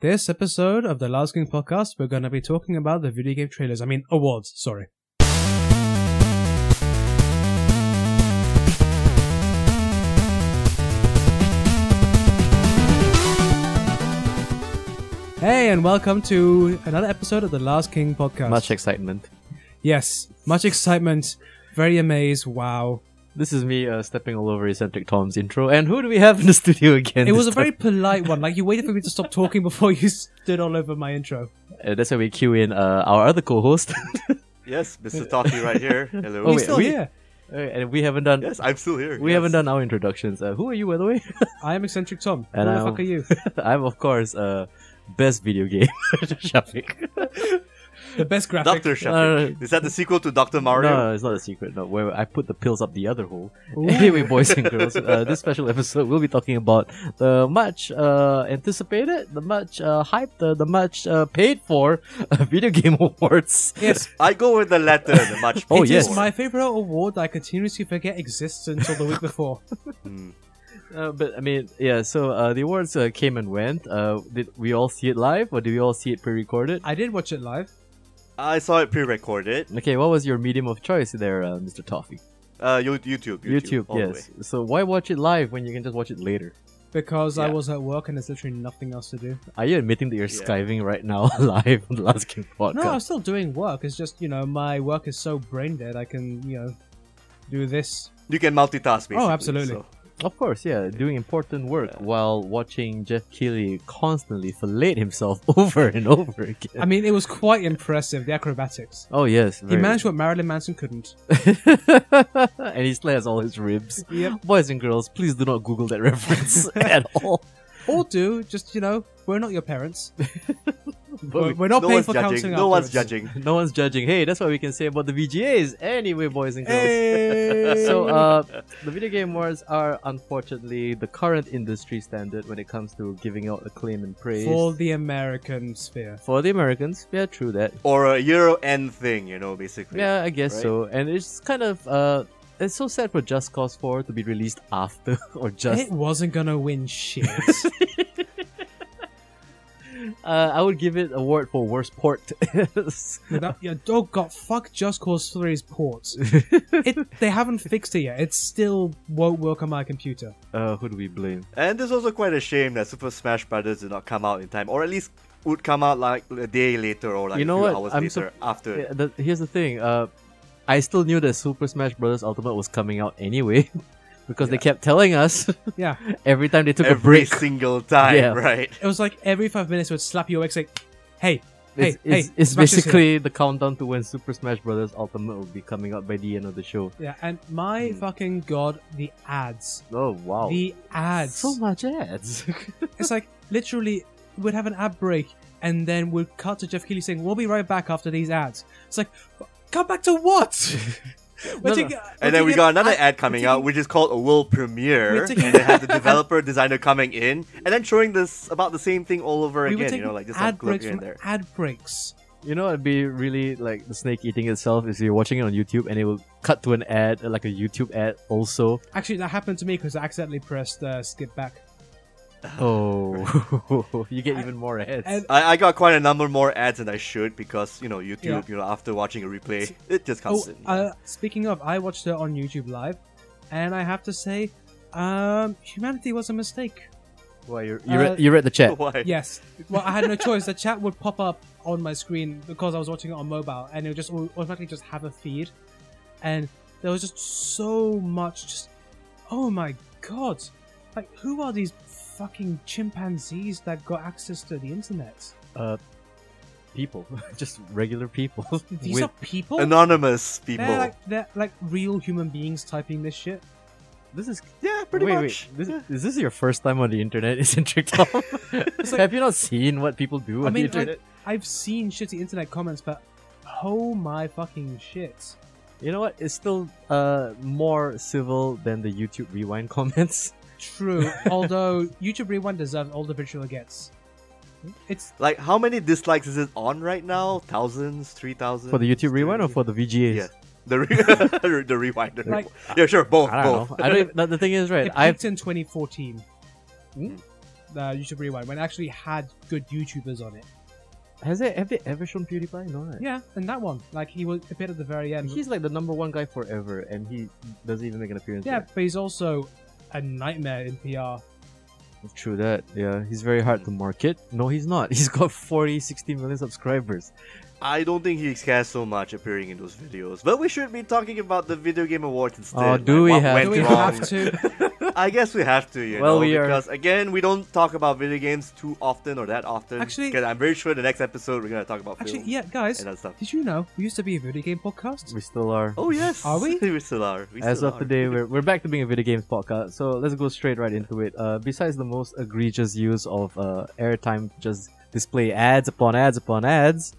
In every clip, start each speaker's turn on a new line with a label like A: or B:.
A: This episode of the Last King podcast, we're going to be talking about the video game trailers. I mean, awards, sorry. Hey, and welcome to another episode of the Last King podcast.
B: Much excitement.
A: yes, much excitement, very amazed, wow.
B: This is me uh, stepping all over eccentric Tom's intro. And who do we have in the studio again?
A: It was a
B: this
A: very polite one. Like, you waited for me to stop talking before you stood all over my intro.
B: time? Uh, that's how we cue in uh, our other co-host,
C: Yes, Mr. Toffee right here. Hello.
B: Oh,
A: He's
B: wait,
A: still
B: we-
A: here.
B: Uh, and we haven't done
C: Yes, I'm still here.
B: we
C: yes.
B: haven't done our introductions. Uh, who are you, by the way?
A: I am eccentric Tom. Who
B: And
A: the
B: I'm-
A: fuck are you?
B: I'm of course uh, best video game Shafiq.
A: The best graphic.
C: Doctor
B: No,
C: Shafiq.
B: no,
C: Is that the sequel to Doctor
B: no,
C: Mario?
B: Uh, no, it's not a secret. No, where I put the pills up the other hole.
A: Ooh.
B: Anyway, boys and girls, uh, this special episode we'll be talking about the much uh, anticipated, the much uh, hyped, uh, the much uh, paid for uh, video game awards.
A: Yes.
C: I go with the latter the much.
A: it
B: Oh,
C: before.
A: is
B: yes.
A: my favorite award that I continuously forget exists until the week before.
C: Mm.
B: Uh, but I mean, yeah. So uh, the awards uh, came and went. Uh, did we all see it live, or did we all see it pre-recorded?
A: I did watch it live.
C: I saw it pre-recorded.
B: Okay, what was your medium of choice there, uh, Mr. Toffee?
C: Uh, you- YouTube, YouTube,
B: YouTube,
C: all the
B: yes. So why watch it live when you can just watch it later?
A: Because I
C: Yeah.
A: was at work and there's literally nothing else to do.
B: Are you admitting that you're
C: Yeah.
B: skiving right now live on the Last King podcast?
A: No, I'm still doing work. It's just, you know, my work is so brain dead I can, you know, do this.
C: way. You can multitask. Basically,
A: Oh, absolutely.
C: so-
B: Of course, yeah, doing important work while watching Jeff Keighley constantly fillet himself over and over again.
A: I mean, it was quite impressive, the acrobatics.
B: oh yes,
A: He
B: very-
A: managed what Marilyn Manson couldn't.
B: and he still has all his ribs.
A: Yep.
B: Boys and girls, please do not Google that reference at all.
A: Or do, just, you know, we're not your parents.
B: But
A: We're,
B: we-
A: we're not
C: no
A: paying
C: one's
A: for
C: judging.
A: counseling
C: No one's
A: afterwards.
C: judging.
B: no one's judging. Hey, that's what we can say about the VGAs. Anyway, boys and girls.
A: Hey!
B: So, uh, the video game awards are unfortunately the current industry standard when it comes to giving out acclaim and praise.
A: for the American sphere.
B: For the Americans, yeah, true that.
C: Or a Euro end thing, you know, basically.
B: Yeah, I guess
C: Right.
B: so. And it's kind of uh, it's so sad for Just Cause 4 to be released after or just.
A: It wasn't gonna win shit.
B: Uh, I would give it award for worst port.
A: Without, yeah, oh god, fuck Just Cause 3's ports. It, they haven't fixed it yet. It still won't work on my computer.
B: uh, who do we blame?
C: And it's also quite a shame that Super Smash Brothers did not come out in time, or at least would come out like a day later or like
B: You know
C: a few
B: what?
C: hours
B: I'm
C: later after.
B: Yeah, the, here's the thing. Uh, I still knew that Super Smash Bros. Ultimate was coming out anyway, because they
C: Yeah.
B: kept telling us
A: Yeah,
B: every time they took a
C: Every
B: break.
C: single time,
B: Yeah.
C: right?
A: it was like every five minutes it would slap you awake, say, "Hey, hey,
B: It's, it's,
A: hey!"
B: it's
A: Smash this here.
B: basically the countdown to when Super Smash Bros. Ultimate will be coming out by the end of the show.
A: yeah. And my
C: Hmm.
A: fucking god, the ads,
B: Oh wow!
A: the ads.
B: So much ads.
A: it's like literally we'd have an ad break and then we'd cut to Jeff Keighley saying, "We'll be right back after these ads." It's like, come back to what? We're
B: No, no.
A: taking- we're
C: And then we
A: taking
C: got
A: an
C: another
A: ad-
C: ad coming out, which is called a world premiere,
A: We're
C: and
A: taking-
C: they had the developer designer coming in, and then showing this about the same thing all over
A: we were
C: again. You
A: taking
C: know, like just a
A: ad
C: clip
A: breaks
C: here and
A: from
C: there.
A: ad breaks.
B: You know, it'd be really like the snake eating itself is you're watching it on YouTube and it will cut to an ad, like a YouTube ad also.
A: Actually, that happened to me because I accidentally pressed uh, skip back.
B: Oh, you get even more ads.
A: And
C: I, I got quite a number more ads than I should because you know YouTube.
A: Yeah.
C: You know, after watching a replay, it just
A: oh,
C: comes in.
A: uh, speaking of, I watched it on YouTube live, and I have to say, um, humanity was a mistake.
B: Why you you,
A: uh,
B: read, you read the chat?
C: Why?
A: Yes. Well, I had no choice. The chat would pop up on my screen because I was watching it on mobile, and it would just au- automatically just have a feed. And there was just so much. Just oh my god! Like, who are these fucking chimpanzees that got access to the internet?
B: Uh, people, just regular people.
A: These
B: with-
A: are people.
C: Anonymous people.
A: They're like they're like real human beings typing this shit.
B: this is
C: yeah, pretty
B: wait,
C: much.
B: Wait, this,
C: Yeah.
B: Is this your first time on the internet? Is Trick Tom? Have you not seen what people do
A: I
B: on
A: mean,
B: the internet?
A: like, I've seen shitty internet comments, but oh my fucking shit!
B: You know what? It's still uh more civil than the YouTube Rewind comments.
A: True. Although YouTube Rewind deserves all the visual it gets. It's
C: Like, how many dislikes is it on right now? Thousands, three thousand.
B: For the YouTube Rewind or for the VGAs?
C: Yeah. The re- the rewinder.
A: Like-
C: yeah, sure, both,
B: I don't
C: both.
B: know. I don't. Even, the- the thing is, right?
A: it
B: I've
C: Hmm?
A: peaked in 2014. uh, YouTube Rewind when it actually had good YouTubers on it.
B: Has it have they ever shown PewDiePie? No, right?
A: Yeah, and that one, like he was appeared at the very end.
B: He's like the number one guy forever, and he doesn't even make an appearance.
A: yeah,
B: yet.
A: but he's also a nightmare in PR.
B: true that. Yeah, he's very hard to market. No, he's not. He's got 40, 60 million subscribers.
C: I don't think he cares so much appearing in those videos. But we should be talking about the video game awards instead.
B: Oh, do we
C: what
B: have
C: went
A: Do we
C: wrong.
A: have to?
C: I guess we have to, you
B: Well,
C: know,
B: we are-
C: because again, we don't talk about video games too often or that often.
A: Actually-
C: 'Cause I'm very sure the next episode we're gonna talk about
A: Actually,
C: films
A: yeah, guys,
C: and that stuff.
A: did you know we used to be a video game podcast?
B: We still are.
C: Oh yes,
A: Are we?
C: we still are. We
B: As
C: still
B: of
C: are.
B: today, we're, we're back to being a video games podcast, so let's go straight right into it. Uh, besides the most egregious use of uh, airtime, to just display ads upon ads upon ads.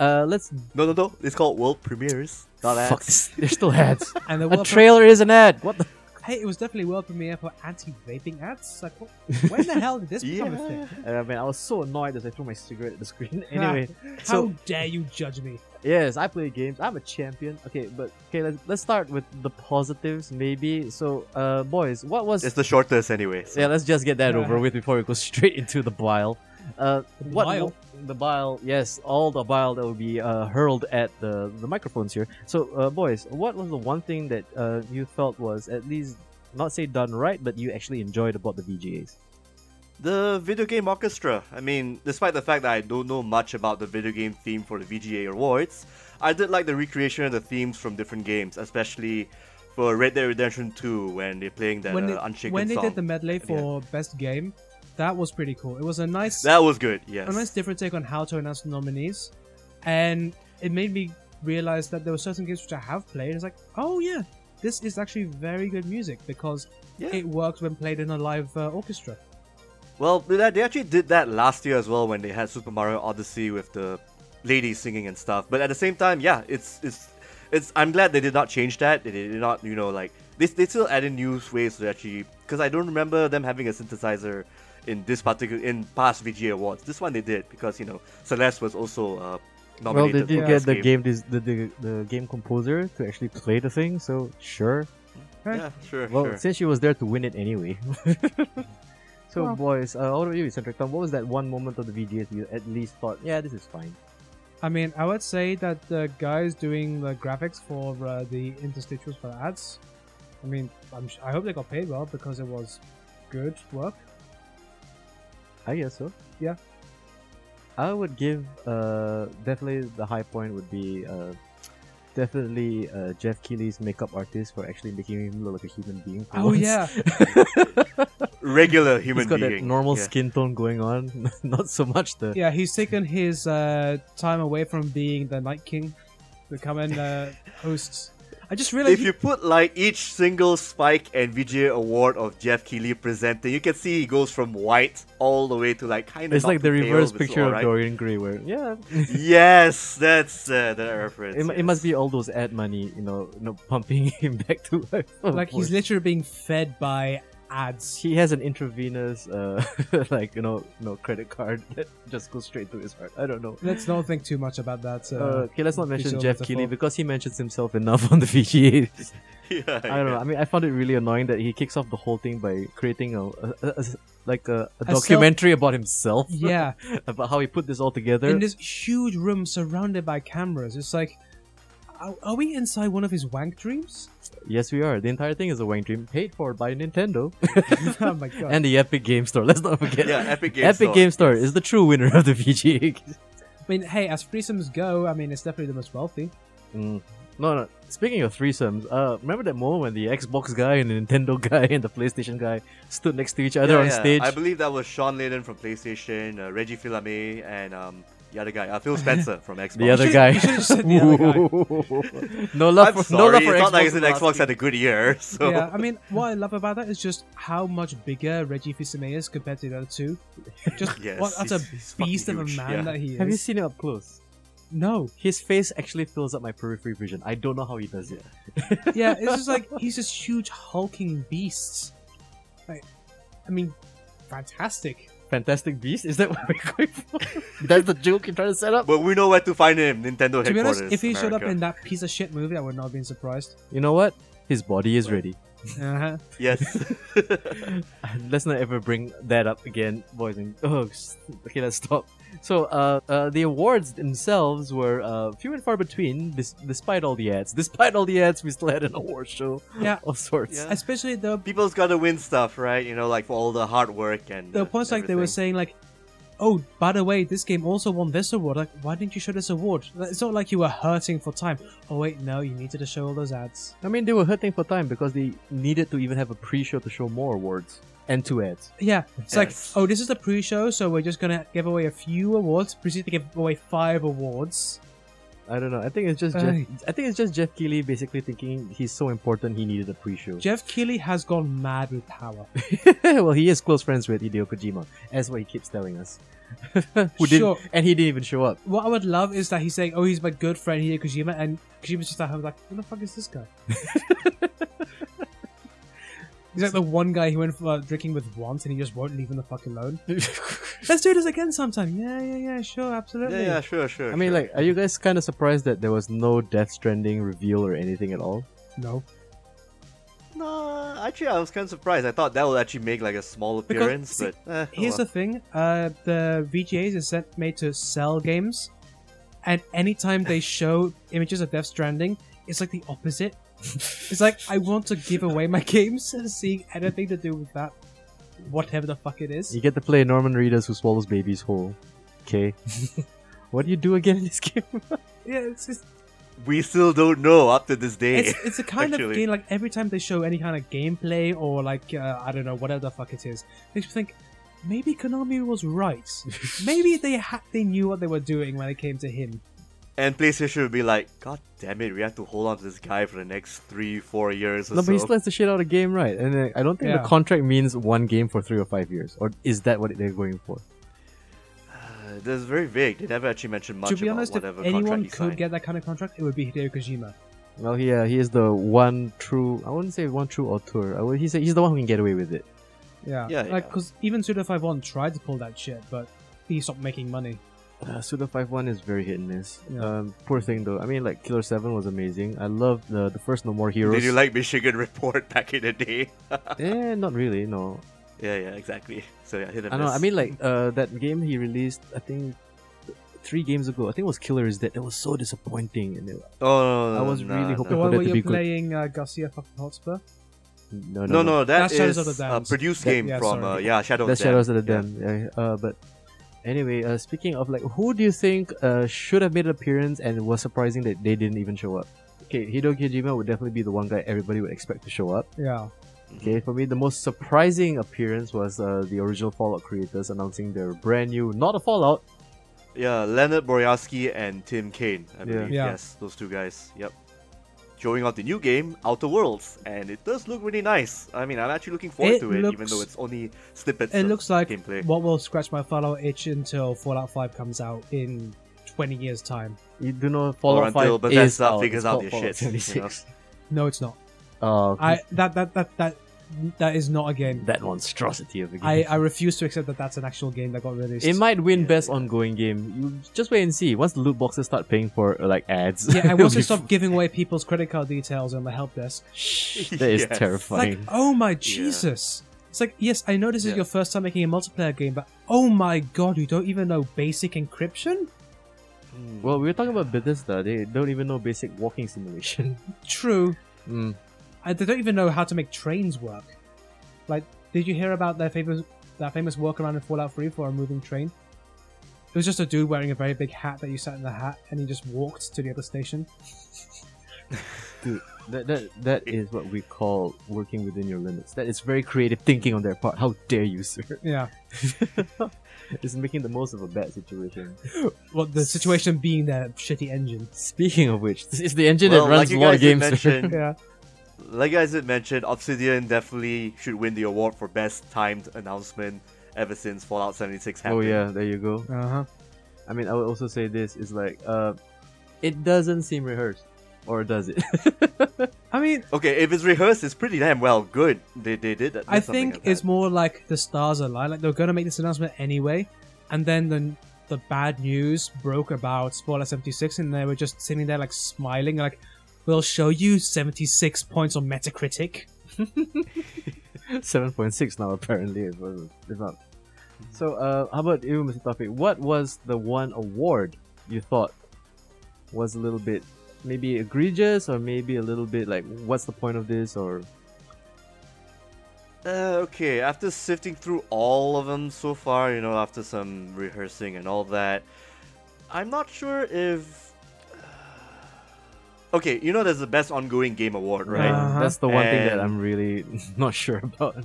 B: Uh, let's
C: No, no, no. It's called world premieres. Not ads.
B: fuck. This. There's still ads.
A: And there
B: a
A: were
B: trailer is an ad. What the?
A: hey, it was definitely world premiere for anti-vaping ads. Like, what, when the hell did this become a thing?
B: And I mean, I was so annoyed as I threw my cigarette at the screen.
A: Ah,
B: Anyway,
A: how
B: so-
A: dare you judge me?
B: yes, I play games. I'm a champion. Okay, but okay, let's, let's start with the positives, maybe. So, uh, boys, what was?
C: It's the shortest anyway. so-
B: yeah, let's just get that
A: Yeah.
B: over with before we go straight into the bile. Uh, what
A: Bile?
B: the bile? Yes, all the bile that will be uh, hurled at the the microphones here. So, uh, boys, what was the one thing that uh, you felt was at least not say done right, but you actually enjoyed about the VGAs?
C: The video game orchestra. I mean, despite the fact that I don't know much about the video game theme for the VGA awards, I did like the recreation of the themes from different games, especially for Red Dead Redemption 2 when they're playing that
A: when
C: uh,
A: they,
C: Unshaken
A: when they
C: song.
A: did the medley for best game, that was pretty cool. It was a nice,
C: That was good. Yes.
A: a nice different take on how to announce the nominees, and it made me realize that there were certain games which I have played. It's like, oh yeah, this is actually very good music because
C: Yeah.
A: it works when played in a live uh, orchestra.
C: Well, they they actually did that last year as well when they had Super Mario Odyssey with the ladies singing and stuff. But at the same time, yeah, it's it's it's. I'm glad they did not change that. They did not, you know, like they they still added new ways to actually because I don't remember them having a synthesizer in this particular in past VGA awards. This one they did because you know Celeste was also uh,
B: Well,
C: nominated.
B: they did
C: for
B: get
C: this
B: the game, dis- the, the the game composer to actually play the thing, so sure.
C: Yeah, sure,
B: Well,
C: sure.
B: since she was there to win it anyway. so,
A: Well.
B: boys, uh, what about you, Centric Tom? What was that one moment of the VGAs you at least thought, yeah, this is fine?
A: I mean, I would say that the guys doing the graphics for uh, the interstitials for the ads, I mean, I'm, sh- I hope they got paid well because it was good work.
B: I guess so.
A: Yeah.
B: I would give uh, definitely the high point would be uh, definitely uh, Jeff Keighley's makeup artist for actually making him look like a human being. for
A: Oh,
B: once.
A: yeah.
C: Regular
B: He's
C: human
B: got
C: being.
B: that normal
C: yeah.
B: skin tone going on, not so much the
A: Yeah, he's taken his uh, time away from being the Night King, becoming uh, host. I just realized
C: if you put like each single Spike and VGA award of Jeff Keighley presenting, you can see he goes from white all the way to like kind of.
B: It's like the reverse picture of Dorian Gray, where yeah,
C: yes, that's uh, that reference.
B: it, mu- it
C: yes.
B: must be all those ad money, you know, you know pumping him back to life.
A: like he's literally being fed by ads.
B: he has an intravenous, uh, like you know, no credit card that just goes straight to his heart. I don't know.
A: Let's not think too much about that. Uh,
B: Uh, okay, let's not mention
A: visual
B: Jeff
A: metaphor.
B: Keighley because he mentions himself enough on the VGA.
C: Yeah,
B: I don't know. I mean, I found it really annoying that he kicks off the whole thing by creating a, a, a- a- like a, a
A: A self-
B: documentary about himself,
A: yeah,
B: about how he put this all together.
A: in this huge room surrounded by cameras, it's like, are, are we inside one of his wank dreams?
B: yes, we are. The entire thing is a wank dream paid for by Nintendo
A: oh my god!
B: and the Epic Game Store. Let's not forget.
C: Yeah, Epic Games.
B: Epic Game Store is the true winner of the VGA.
A: I mean, hey, as threesomes go, I mean, it's definitely the most wealthy.
B: Mm. No, no. Speaking of threesomes, uh, remember that moment when the Xbox guy and the Nintendo guy and the PlayStation guy stood next to each other
C: Yeah,
B: on
C: yeah.
B: stage?
C: I believe that was Sean Layden from PlayStation, uh, Reggie Fils-Aimé, and um, the other guy, uh, Phil Spencer from Xbox.
B: the other
A: should've-
B: guy.
A: you should've said the other guy.
B: no love
C: I'm
B: for
C: sorry.
B: no love
C: it's
B: for Xbox.
C: not like it's an
B: Velocity.
C: Xbox had a good year. So
A: Yeah, I mean, what I love about that is just how much bigger Reggie Fils-Aimé is compared to the other two. Just
C: Yes,
A: what, that's a
C: he's- he's fucking
A: beast of a
C: huge,
A: man
C: yeah.
A: that he is.
B: Have you seen it up close?
A: No.
B: His face actually fills up my periphery vision. I don't know how he does it.
A: Yeah, it's just like he's this huge hulking beast. Like, I mean, fantastic.
B: Fantastic Beast? Is that what we're going for? That's the joke you're trying to set up?
C: But we know where to find him. Nintendo
A: To be
C: headquarters.
A: honest, if he showed up
C: America.
A: in that piece of shit movie, I would not have been surprised.
B: You know what? His body is ready.
A: Uh-huh.
C: Yes.
B: Let's not ever bring that up again, boys. And oh, s- okay, let's stop. So, uh, uh, the awards themselves were uh, few and far between, bes- despite all the ads. Despite all the ads, we still had an award show
A: Yeah.
B: of sorts.
C: Yeah.
A: Especially the
C: People's got to win stuff, right? You know, like for all the hard work and
A: the
C: uh,
A: points like they were
C: everything.
A: saying like, oh, by the way, this game also won this award. Like, why didn't you show this award? Like, It's not like you were hurting for time. Oh wait, no, you needed to show all those ads.
B: I mean, they were hurting for time because they needed to even have a pre-show to show more awards and two ads.
A: Yeah, it's
C: Yes.
A: like, oh, this is the pre-show, so we're just gonna give away a few awards. Proceed to give away five awards.
B: I don't know. I think it's just Jeff,
A: Aye.
B: I think it's just Jeff Keighley basically thinking he's so important he needed a pre-show.
A: Jeff Keighley has gone mad with power.
B: well, he is close friends with Hideo Kojima. That's what he keeps telling us. Who
A: Sure.
B: didn't, and he didn't even show up.
A: "Oh,
C: eh, oh
A: uh, uh,
B: uh, Uh, Um, Eh, uh,
C: Oh,
A: uh,
C: uh,
B: uh, uh,
A: oh. oh Uh-huh.
B: uh, Uh, Oh, uh,
C: Hmm.
A: We'll show you 76 points on Metacritic.
B: Seven point six now apparently if, if not. So uh, how about you, Mr. Taufik? What was the one award you thought was a little bit maybe egregious or maybe a little bit like what's the point of this or
C: Uh, okay, after sifting through all of them so far, you know, after some rehearsing and all that, I'm not sure if. Okay, you know, there's the best ongoing game award, right?
A: Uh, Uh-huh.
B: that's the one thing that
C: And-
B: I'm really not sure about.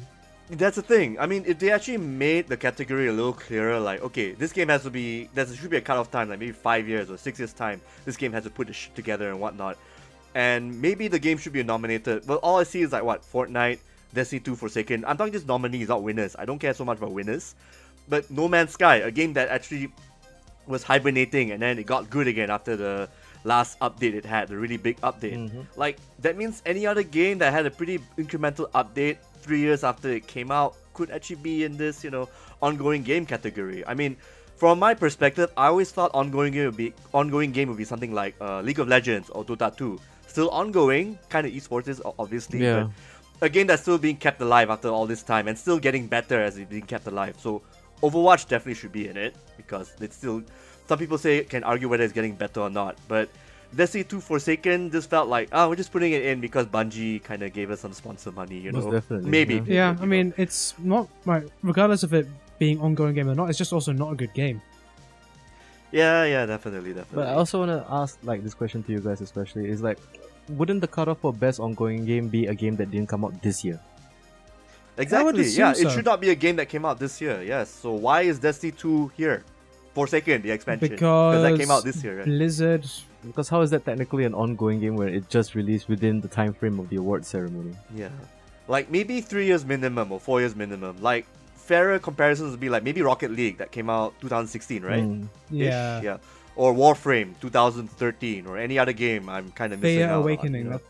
C: That's the thing. I mean, if they actually made the category a little clearer, like, okay, this game has to be, there should be a cutoff time, like maybe five years or six years' time, this game has to put the shit together and whatnot. And maybe the game should be nominated. But all I see is like, what, Fortnite, Destiny 2 Forsaken. I'm talking just nominees, not winners. I don't care so much about winners. But No Man's Sky, a game that actually was hibernating and then it got good again after the last update it had, the really big update. Like that means any other game that had a pretty incremental update three years after it came out could actually be in this, you know, ongoing game category. I mean, from my perspective, I always thought ongoing game would be ongoing game would be something like uh, League of Legends or Dota 2. Still ongoing, kind of esports is o- obviously,
B: Yeah.
C: but a game that's still being kept alive after all this time and still getting better as it's being kept alive. So Overwatch definitely should be in it because it's still. Some people say can argue whether it's getting better or not, but Destiny 2 Forsaken just felt like, oh, we're just putting it in because Bungie kind of gave us some sponsor money, you
B: Most
C: know?
B: definitely,
C: Maybe.
B: yeah.
A: Yeah,
C: you
A: I
C: know?
A: mean, it's not like regardless of it being ongoing game or not, it's just also not a good game.
C: Yeah, yeah, definitely, definitely.
B: But I also want to ask like this question to you guys especially is like wouldn't the cutoff for best ongoing game be a game that didn't come out this year?
A: I would
C: exactly,
A: assume
C: yeah,
A: so.
C: it should not be a game that came out this year, yes. So why is Destiny 2 here? Forsaken, the expansion. that came
A: Because
C: out this year, right?
A: Blizzard,
B: Because how is that technically an ongoing game when it just released within the time frame of the award ceremony?
C: Yeah. Like maybe three years minimum or four years minimum. Like fairer comparisons would be like maybe Rocket League that came out 2016, right?
B: Mm.
C: Ish,
A: yeah,
C: yeah. Or Warframe 2013 or any other game I'm kind of missing
A: they
C: out
A: are
C: on,
A: awakening.
C: you know?
A: That,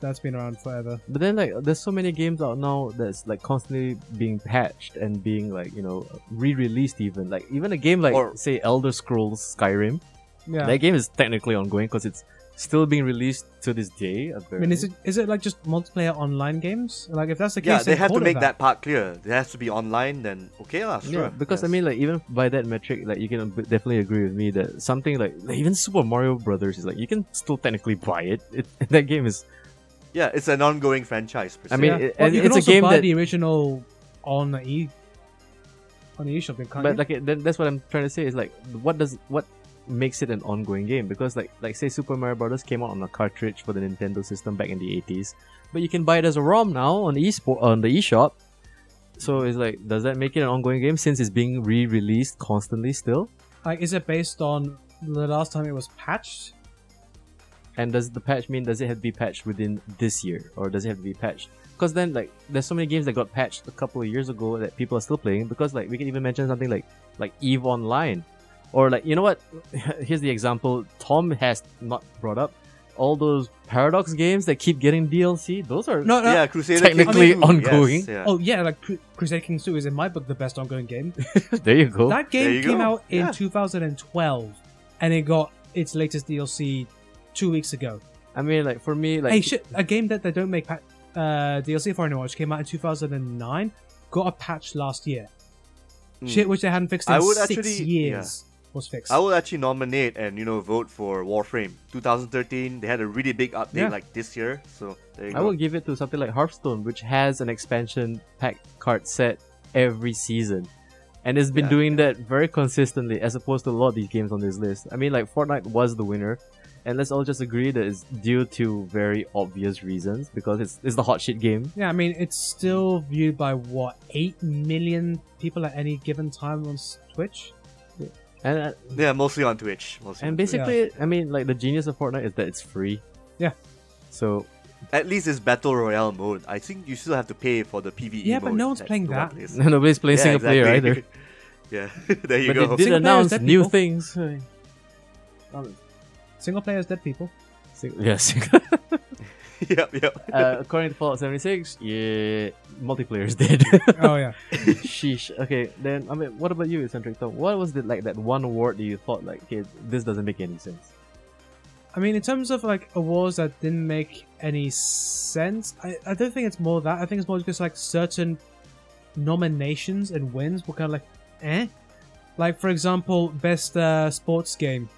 A: that's been around forever.
B: But then like there's so many games out now that's like constantly being patched and being like, you know, re-released even. Like even a game like
C: Or-
B: say Elder Scrolls Skyrim,
A: Yeah,
B: that game is technically ongoing because it's still being released to this day.
A: I mean,
B: apparently.
A: is it is it like just multiplayer online games? Like, if that's the case,
C: yeah,
A: then
C: they have
A: call
C: to
A: it
C: make that. part clear. It has to be online, then okay lah, sure.
B: Yeah, because I
C: Yes.
B: mean, like even by that metric, like you can ab- definitely agree with me that something like, like, even Super Mario Brothers is like you can still technically buy it. it that game is.
C: yeah, it's an ongoing franchise. per
B: I
C: se.
B: mean,
A: yeah.
B: it-
A: Well,
B: and
A: you can
B: it's a
A: also
B: game
A: buy
B: that-
A: the original on the e on the eShop, can't
B: But
A: you?
B: like it, that, that's what I'm trying to say is like what does what makes it an ongoing game? Because like like say Super Mario Brothers came out on a cartridge for the Nintendo system back in the 80s, but you can buy it as a ROM now on eSport on the eShop. So it's like, does that make it an ongoing game since it's being re-released constantly still?
A: like, is it based on the last time it was patched?
B: And does the patch mean does it have to be patched within this year or does it have to be patched? Because then like there's so many games that got patched a couple of years ago that people are still playing. Because like we can even mention something like like Eve Online, or like you know what? Here's the example Tom has not brought up. All those Paradox games that keep getting DLC, those are
A: No, no.
C: yeah, Crusader
B: Technically
C: Kings, yes,
B: ongoing.
C: yeah.
A: Oh yeah, like Cru- Crusader Kings 2 is in my book the best ongoing game.
B: there you go.
A: That
C: There
A: game
C: you
A: came
C: go.
A: out in
C: Yeah.
A: 2012, and it got its latest DLC two weeks ago.
B: I mean, like for me, like
A: hey, shit! A game that they don't make pa- uh, DLC for anymore, which came out in 2009, got a patch last year.
C: Hmm.
A: Shit, which they hadn't fixed in
C: I would
A: six
C: actually-
A: years, was fixed.
C: I will actually nominate and you know vote for Warframe 2013. They had a really big update
A: Yeah.
C: like this year, so there you
B: I
C: go.
B: will give it to something like Hearthstone, which has an expansion pack card set every season. And it's been
C: Yeah,
B: doing that very consistently as opposed to a lot of these games on this list. I mean, like, Fortnite was the winner. And let's all just agree that it's due to very obvious reasons because it's, it's the hot shit game.
A: Yeah, I mean, it's still viewed by what eight million people at any given time on s- Twitch.
B: And uh,
C: Yeah, mostly on Twitch. Mostly
B: and
C: on Twitch.
B: basically, I mean, like, the genius of Fortnite is that it's free.
A: Yeah.
B: So,
C: at least it's battle royale mode. I think you still have to pay for the PVE.
A: Yeah, but
C: mode
A: no one's playing
C: no one
A: that.
C: plays.
B: nobody's playing
C: Yeah,
B: single player
C: exactly.
B: either.
C: yeah, there you
B: But
C: go.
A: Single
B: they did
A: player is
B: announce
A: dead,
B: new
A: people.
B: things.
A: Single players, dead people.
B: Sing- yeah, single.
C: yep, yep.
B: uh, according to Fallout 76, yeah, multiplayer is dead.
A: oh yeah.
B: Sheesh. Okay, then I mean, what about you, eccentric Tom? What was the, like that one award that you thought like, okay, this doesn't make any sense?
A: I mean, in terms of like awards that didn't make any sense, I, I don't think it's more that. I think it's more just like certain nominations and wins were kind of like, eh? Like, for example, best uh, sports game.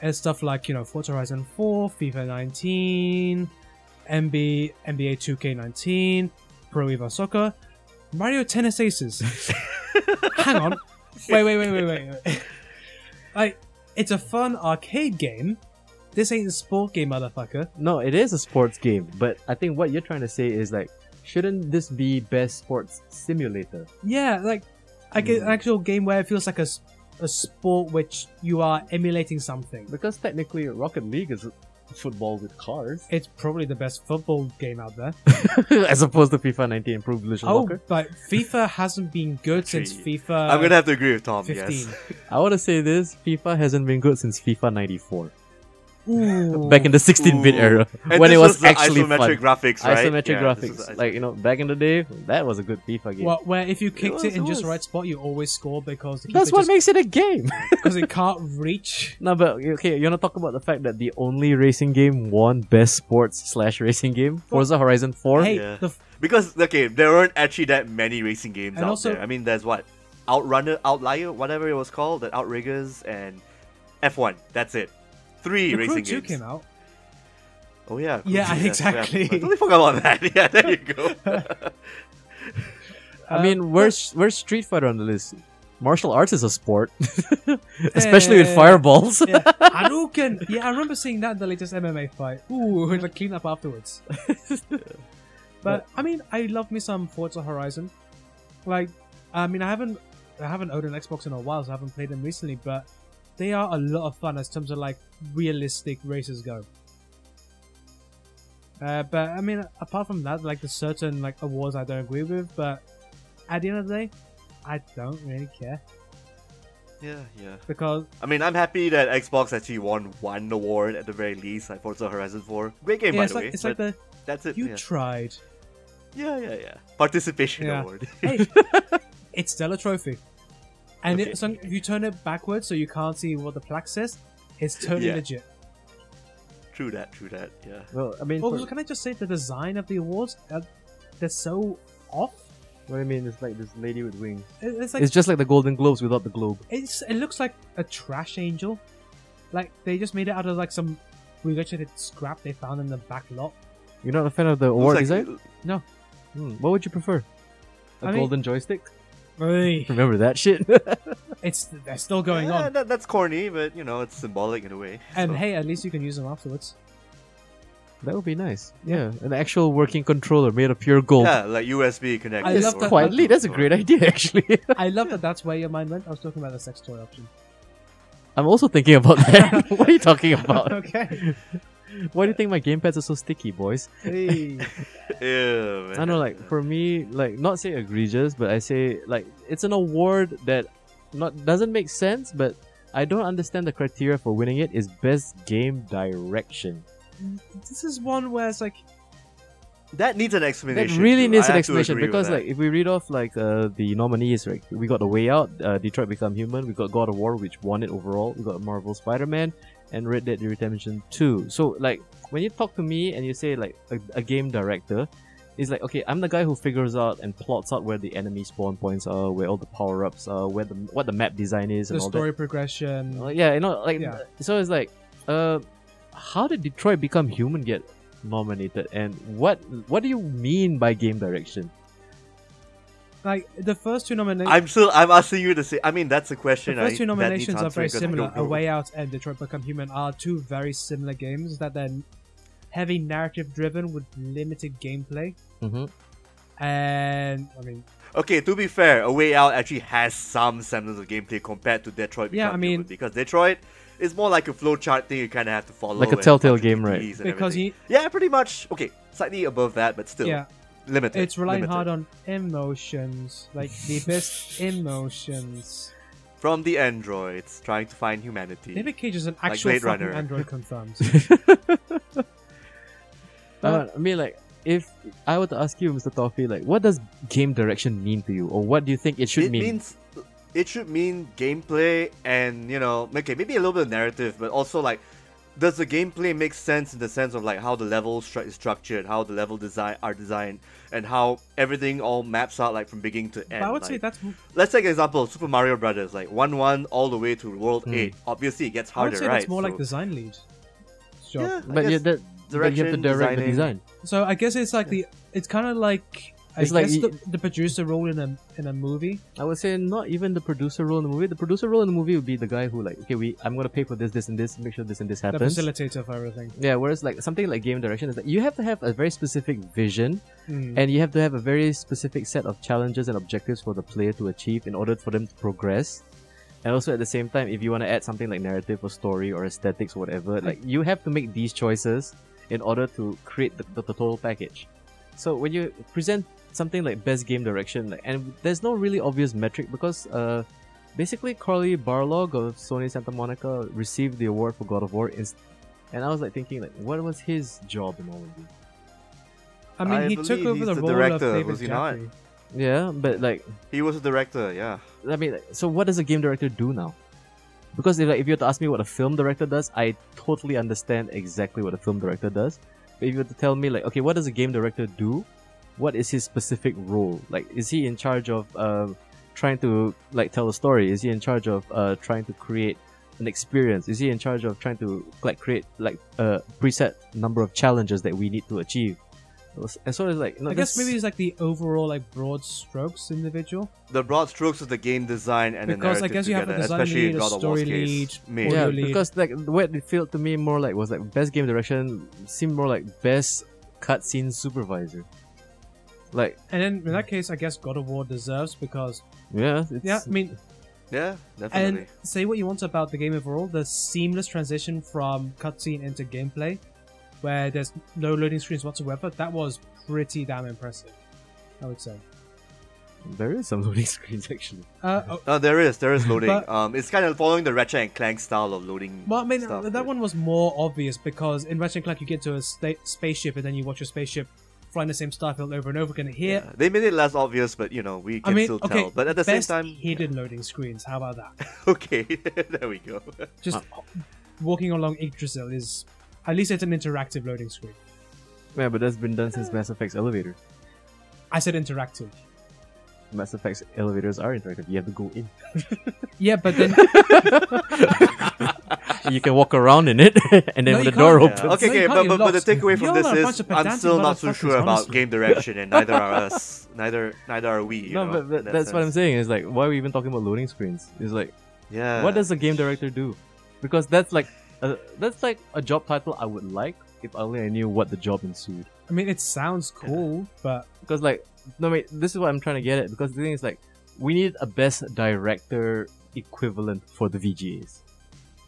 A: And stuff like, you know, Forza Horizon 4, FIFA 19, MB, NBA 2K19, Pro Evo Soccer, Mario Tennis Aces. Hang on. Wait, wait, wait, wait, wait. wait. like, it's a fun arcade game. This ain't a sport game, motherfucker.
B: No, it is a sports game, but I think what you're trying to say is like, shouldn't this be best sports simulator?
A: Yeah, like, like an
B: Hmm.
A: actual game where it feels like a, s- a sport which you are emulating something.
B: Because technically, Rocket League is football with cars,
A: It's probably the best football game out there.
B: as opposed to FIFA 19 Improved Evolution
A: Oh,
B: Soccer.
A: but FIFA hasn't been good since
C: Gee.
A: FIFA.
C: I'm gonna have to agree with Tom.
A: 15.
C: Yes.
B: I want to say this: FIFA hasn't been good since FIFA 94,
A: Ooh.
B: back in the 16-bit
C: Ooh.
B: era,
C: And
B: when it
C: this
B: was,
C: the
B: actually
C: isometric
B: fun.
C: graphics, right?
B: Isometric
C: Yeah, this uh, is
B: graphics,
C: iso-
B: like you know, back in the day, that was a good FIFA game.
A: Well, where if you kicked it,
B: was-
A: in
B: it
A: just the
B: was.
A: right spot, you always score because the
B: That's
A: keeper
B: what
A: just-
B: makes it a game.
A: because it can't reach.
B: no, but okay, you wanna talk about the fact that the only racing game won best sports slash racing game, Forza Horizon 4.
A: Hey,
C: Yeah.
A: the f-
C: because okay, there weren't actually that many racing games
A: And
C: out
A: also-
C: there. I mean, there's what Outrunner, Outlier, whatever it was called, that Outriggers and F1. That's it. Three
A: the crew
C: racing
A: two
C: games.
A: came out.
C: Oh yeah.
A: Yeah,
C: Crew Two, yes,
A: exactly.
C: I totally forgot about that. Yeah, there you go.
B: I
A: Uh,
B: mean,
A: but-
B: where's where's Street Fighter on the list? Martial arts is a sport, especially
A: Eh.
B: with fireballs.
A: yeah, Hadouken. Yeah, I remember seeing that in the latest MMA fight. Ooh, and like clean up afterwards. but I mean, I love me some Forza Horizon. Like, I mean, I haven't I haven't owned an Xbox in a while, so I haven't played them recently. But they are a lot of fun as terms of like realistic races go. Uh, but I mean, apart from that, like the certain like awards I don't agree with, but at the end of the day, I don't really care
C: yeah, yeah.
A: because
C: I mean, I'm happy that Xbox actually won one award at the very least, like Forza Horizon 4. Great game,
A: yeah,
C: by
A: it's
C: the
A: like
C: way.
A: it's like
C: but
A: the
C: that's it.
A: you
C: yeah.
A: tried.
C: yeah, yeah, yeah. Participation
A: Yeah.
C: award.
A: hey, it's still a trophy. And
C: Okay.
A: it, so if you turn it backwards so you can't see what the plaque says, it's totally
C: Yeah.
A: legit.
C: true that. True that. Yeah.
B: well, I mean,
A: Also,
B: for-
A: can I just say the design of the awards, uh, they're so off.
B: what I mean is like this lady with wings.
A: It- It's like
B: it's just like the Golden Globes without the globe.
A: it's, it looks like a trash angel. Like they just made it out of like some regurgitated scrap they found in the back lot.
B: You're not a fan of the award
C: Looks like-
B: design? Hmm, what would you prefer? A
A: I mean-
B: golden joystick?
A: Ugh.
B: Remember that shit?
A: it's they're still going
C: Yeah,
A: on.
C: That, that's corny, but you know, it's symbolic in a way.
A: And
C: so-
A: hey, at least you can use them afterwards.
B: that would be nice. Yeah, an actual working controller made of pure gold.
C: yeah, like USB connected.
A: I
B: Yes,
A: love
C: or-
A: that.
B: quietly, that's a great idea actually.
A: I love that. That's where your mind went. I was talking about the sex toy option.
B: I'm also thinking about that. what are you talking about?
A: okay.
B: Why do you think my gamepads are so sticky, boys?
A: Hey.
C: Ew, man.
B: I know, like for me, like not say egregious, but I say like it's an award that not doesn't make sense, but I don't understand the criteria for winning it. Is best game direction.
A: this is one where it's like
C: that needs an
B: That
C: explanation.
B: really
C: too.
B: needs
C: I
B: an
C: have to
B: explanation
C: agree with
B: because
C: that.
B: like if we read off like uh, the nominees, right? We got The Way Out, uh, Detroit Become Human, we got God of War, which won it overall. We got Marvel Spider-Man and Red Dead Redemption 2. So like when you talk to me and you say like a, a game director, it's like okay, I'm the guy who figures out and plots out where the enemy spawn points are, where all the power-ups are, where the what the map design is,
A: the
B: and all
A: story
B: that.
A: progression.
B: Uh, yeah, you know, like
A: Yeah.
B: so it's like, uh, how did Detroit Become Human get nominated, and what what do you mean by game direction?
A: Like the first two nominations,
C: I'm still. I'm asking you to say. I mean, that's a
A: the
C: question. I,
A: first two
C: that needs
A: nominations are
C: answering
A: very
C: 'cause I
A: similar.
C: don't
A: A
C: know.
A: Way Out and Detroit Become Human are two very similar games that then heavy narrative driven with limited gameplay.
B: Mm-hmm.
A: And I mean,
C: Okay, to be fair, A Way Out actually has some semblance of gameplay compared to Detroit.
A: Yeah,
C: Become
A: I mean-
C: Human, because Detroit is more like a flowchart thing you kind of have to follow,
B: Like a
C: and
B: Telltale
C: bunch of
B: game, right?
C: DVDs and
A: because
C: everything.
A: you,
C: yeah, pretty much. Okay, slightly above that, but still
A: yeah,
C: limited.
A: it's relying
C: limited.
A: hard on emotions, like the best emotions.
C: from the androids trying to find humanity.
A: David Cage is an actual
C: Blade
A: fucking
C: Runner.
A: android confirmed.
B: Uh, I mean, like, if I were to ask you, Mr. Toffee, like, what does game direction mean to you, or what do you think it should
C: it
B: mean?
C: means it should mean gameplay and you know okay maybe a little bit of narrative but also like does the gameplay make sense in the sense of like how the level stru- is structured, how the level design are designed, and how everything all maps out like from beginning to end?
A: But I would say
C: like-
A: that's
C: Let's take an example of Super Mario Brothers, like one one all the way to World
B: Hmm.
C: Eight. Obviously, it gets
A: I would
C: harder,
A: say
C: right?
A: that's more like
C: So-
A: design lead. Job.
C: Yeah, I
B: But yeah,
C: guess
B: that, but you have to
C: direction,
B: direct the design.
C: designing.
A: So I guess it's like the it's kind of like I
B: It's like
A: guess
B: you-
A: the, the producer role in a in a movie.
B: I would say not even the producer role in the movie. The producer role in the movie would be the guy who like, okay, we I'm gonna pay for this, this, and this. Make sure this and this happens.
A: The facilitator for everything.
B: yeah. Whereas like something like game direction is that you have to have a very specific vision
A: Mm.
B: and you have to have a very specific set of challenges and objectives for the player to achieve in order for them to progress. And also at the same time, if you want to add something like narrative or story or aesthetics or whatever, like you have to make these choices in order to create the, the, the total package. So when you present something like best game direction, like, and there's no really obvious metric because uh, basically Carly Barlog of Sony Santa Monica received the award for God of War, inst- and I was like thinking like, what was his job in all of this?
A: I mean,
C: I
A: he
C: believe
A: took over
C: he's
A: the
C: the
A: role
C: director,
A: of David
C: was he not?
A: Jaffe.
B: Yeah, but like
C: he was a director. Yeah,
B: I mean, like, so what does a game director do now? Because if, like, if you were to ask me what a film director does, I totally understand exactly what a film director does. But if you were to tell me, like, okay, what does a game director do? What is his specific role? Like, is he in charge of uh, trying to like tell a story? Is he in charge of uh, trying to create an experience? Is he in charge of trying to like create like a preset number of challenges that we need to achieve? And so it's like, you know,
A: I guess
B: that's-
A: maybe it's like the overall like broad strokes individual.
C: the broad strokes of the game design and
A: Because
C: the
A: I
C: narrative
A: guess you have a
C: together,
A: design
C: especially
A: lead,
C: in
A: a
C: God of War's
A: story
C: case,
A: lead,
C: me.
A: audio
B: yeah,
A: lead.
B: because like what it felt to me more like was like best game direction seemed more like best cutscene supervisor. Like
A: And then in that case, I guess God of War deserves because
B: yeah, Hmm. it's,
A: yeah, I mean,
C: yeah,
A: and
C: definitely.
A: say what you want about the game overall, the seamless transition from cutscene into gameplay, where there's no loading screens whatsoever, that was pretty damn impressive. I would say.
B: there is some loading screens actually.
A: Uh, oh,
C: No, there is, there is loading.
A: But-
C: um, it's kind of following the Ratchet and Clank style of loading.
A: well, I mean,
C: stuff,
A: that
C: but-
A: one was more obvious because in Ratchet and Clank you get to a sta- spaceship and then you watch your spaceship flying the same starfield over and over again. Here,
C: Yeah, They made it less obvious, but you know we
A: I
C: can
A: mean,
C: still
A: okay,
C: tell. But at the
A: best
C: same time,
A: hidden loading screens. How about that?
C: okay, there we go.
A: Just walking along Yggdrasil is, at least it's an interactive loading screen.
B: Yeah, but that's been done since Mass Effect's elevator.
A: I said interactive.
B: Mass Effect's elevators are interactive. You have to go in.
A: Yeah, but then
B: you can walk around in it, and then
A: No,
B: when
A: you
B: the door
A: can't.
B: opens.
C: Yeah. Okay,
A: No, you
C: okay,
A: can't,
C: but,
A: you
C: but, but the
A: lost.
C: takeaway
A: Y'all
C: from
A: are
C: this
A: a bunch
C: is
A: of
C: I'm
A: pedantic
C: still not so
A: motherfuckers,
C: sure about
A: honestly.
C: game direction, and neither are us. Neither neither are we. You
B: No,
C: know,
B: but, but that's what I'm saying. Is like, why are we even talking about loading screens? It's like,
A: Uh,
C: Yeah.
B: what does a game director do? Because that's like, a, that's like a job title I would like if only I knew what the job ensued.
A: I mean, it sounds cool, but
B: Because like no wait, this is what I'm trying to get at. Because the thing is like we need a best director equivalent for the VGAs.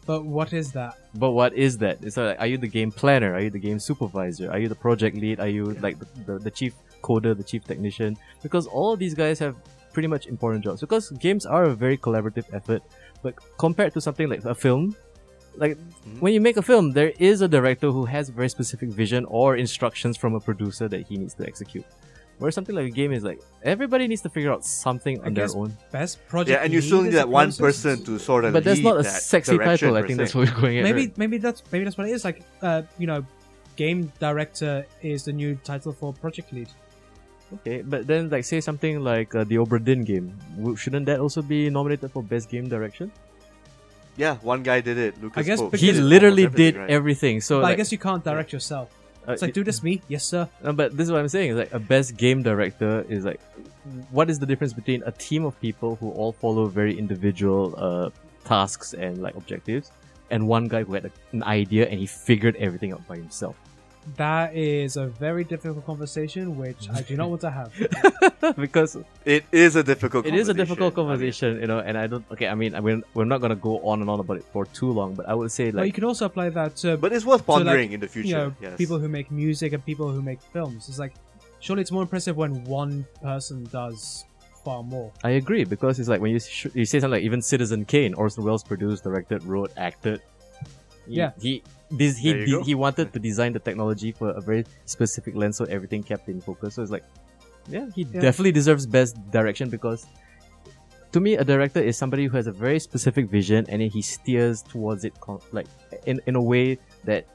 A: but what is that?
B: But what is that? It's like are you the game planner? Are you the game supervisor? Are you the project lead? Are you like the, the, the chief coder, the chief technician? Because all of these guys have pretty much important jobs. Because games are a very collaborative effort. But compared to something like a film, like
C: Mhm.
B: when you make a film, there is a director who has a very specific vision or instructions from a producer that he needs to execute. Whereas something like a game is like everybody needs to figure out something
A: I
B: on their
A: guess
B: own.
A: Best project.
C: Yeah, and you still
A: lead
C: need
A: is
C: that
A: a
C: one
A: process.
C: person to sort of.
B: But that's
C: lead
B: not a
C: that
B: sexy
C: direction
B: title. I
C: per
B: think
C: se.
B: that's what we're going at.
A: Maybe,
B: right?
A: maybe that's maybe that's what it is. Like, uh, you know, game director is the new title for project lead.
B: Okay, but then like say something like uh, the Oberdin game. W- shouldn't that also be nominated for best game direction?
C: Yeah, one guy did it. Lucas
A: I guess
C: Pope.
A: because-
B: He
A: it's
B: literally
C: almost everything,
B: did
C: right?
B: everything. So
A: but I
B: like,
A: guess you can't direct yourself.
B: uh,
A: It's like,
B: it-
A: do this, me? Yes, sir.
B: No, but this is what I'm saying. Is like a best game director is like, what is the difference between a team of people who all follow very individual uh, tasks and like objectives, and one guy who had a, an idea and he figured everything out by himself?
A: That is a very difficult conversation, which I do not want to have.
B: because
C: It is a difficult.
B: it is a difficult
C: I mean,
B: conversation, you know. And I don't. Okay, I mean, I mean, we're not gonna go on and on about it for too long. But I would say
A: but you
B: like,
A: can also apply that to
C: but it's worth
A: So, like,
C: pondering in the
A: you
C: future.
A: know
C: yes.
A: people who make music and people who make films. It's like surely it's more impressive when one person does far more.
B: I agree because it's like when you sh- you say something like even Citizen Kane, Orson Welles produced, directed, wrote, acted. He-
A: Yeah.
B: he this he
C: There you
B: de-
C: go.
B: he wanted to design the technology for a very specific lens, so everything kept in focus. So it's like, yeah, he
A: Yeah.
B: definitely deserves best direction because to me, a director is somebody who has a very specific vision and then he steers towards it, con- like in in a way that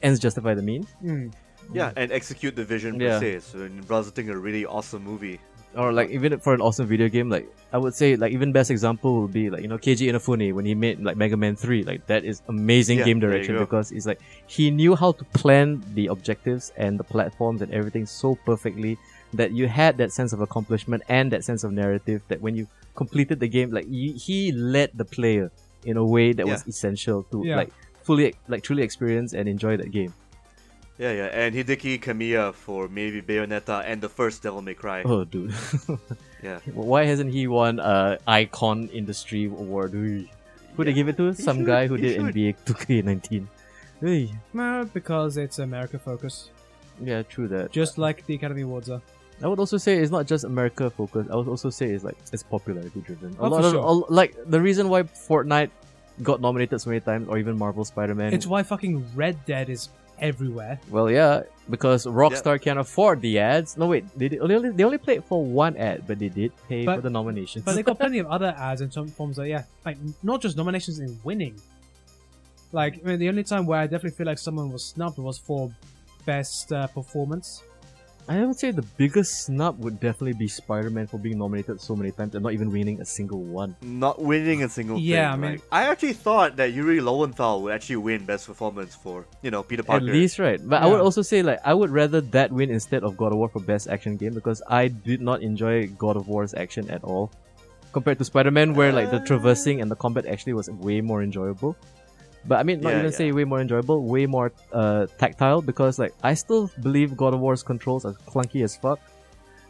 B: ends justify the means,
A: Mm.
C: Yeah, and execute the vision
B: Yeah.
C: per se. So in resulting a really awesome movie.
B: or like even for an awesome video game, like I would say, like even best example would be like you know Keiji Inafune when he made like Mega Man Three, like that is amazing
C: Yeah,
B: game
C: there you
B: direction
C: go.
B: because it's like he knew how to plan the objectives and the platforms and everything so perfectly that you had that sense of accomplishment and that sense of narrative that when you completed the game, like you, he led the player in a way that was essential to
A: Yeah.
B: like fully like truly experience and enjoy that game.
C: Yeah, yeah, and Hideki Kamiya for maybe Bayonetta and the first Devil May Cry.
B: Oh, dude.
C: Yeah.
B: Why hasn't he won uh, Icon Industry Award? Who they give it to?
C: he
B: Some
C: should,
B: guy who
C: he
B: did
C: should.
B: NBA 2K19. Hey.
A: Nah, because it's America focus,
B: Yeah, true that.
A: just like the Academy Awards are.
B: I would also say it's not just America focused. I would also say it's like it's popularity driven.
A: Oh, for
B: lot of
A: sure.
B: a- like the reason why Fortnite got nominated so many times, or even Marvel Spider-Man.
A: It's why fucking Red Dead is everywhere.
B: well, yeah, because Rockstar can't afford the ads. No, wait, they, did, they only they only played for one ad, but they did pay
A: But-
B: for the nominations.
A: But they got plenty of other ads in some forms. That, yeah, like not just nominations in winning. Like I mean, the only time where I definitely feel like someone was snubbed was for best uh, performance.
B: I would say the biggest snub would definitely be Spider-Man for being nominated so many times and not even winning a single one.
C: Not winning a single
A: Yeah,
C: thing.
A: I mean-
C: like- I actually thought that Yuri Lowenthal would actually win Best Performance for, you know, Peter Parker.
B: At least, right? But I would
A: Yeah.
B: also say like I would rather that win instead of God of War for best action game because I did not enjoy God of War's action at all compared to Spider-Man where like the
C: Uh.
B: traversing and the combat actually was way more enjoyable. But I mean, not
C: Yeah,
B: even say way more enjoyable, way more uh, tactile because like I still believe God of War's controls are clunky as fuck.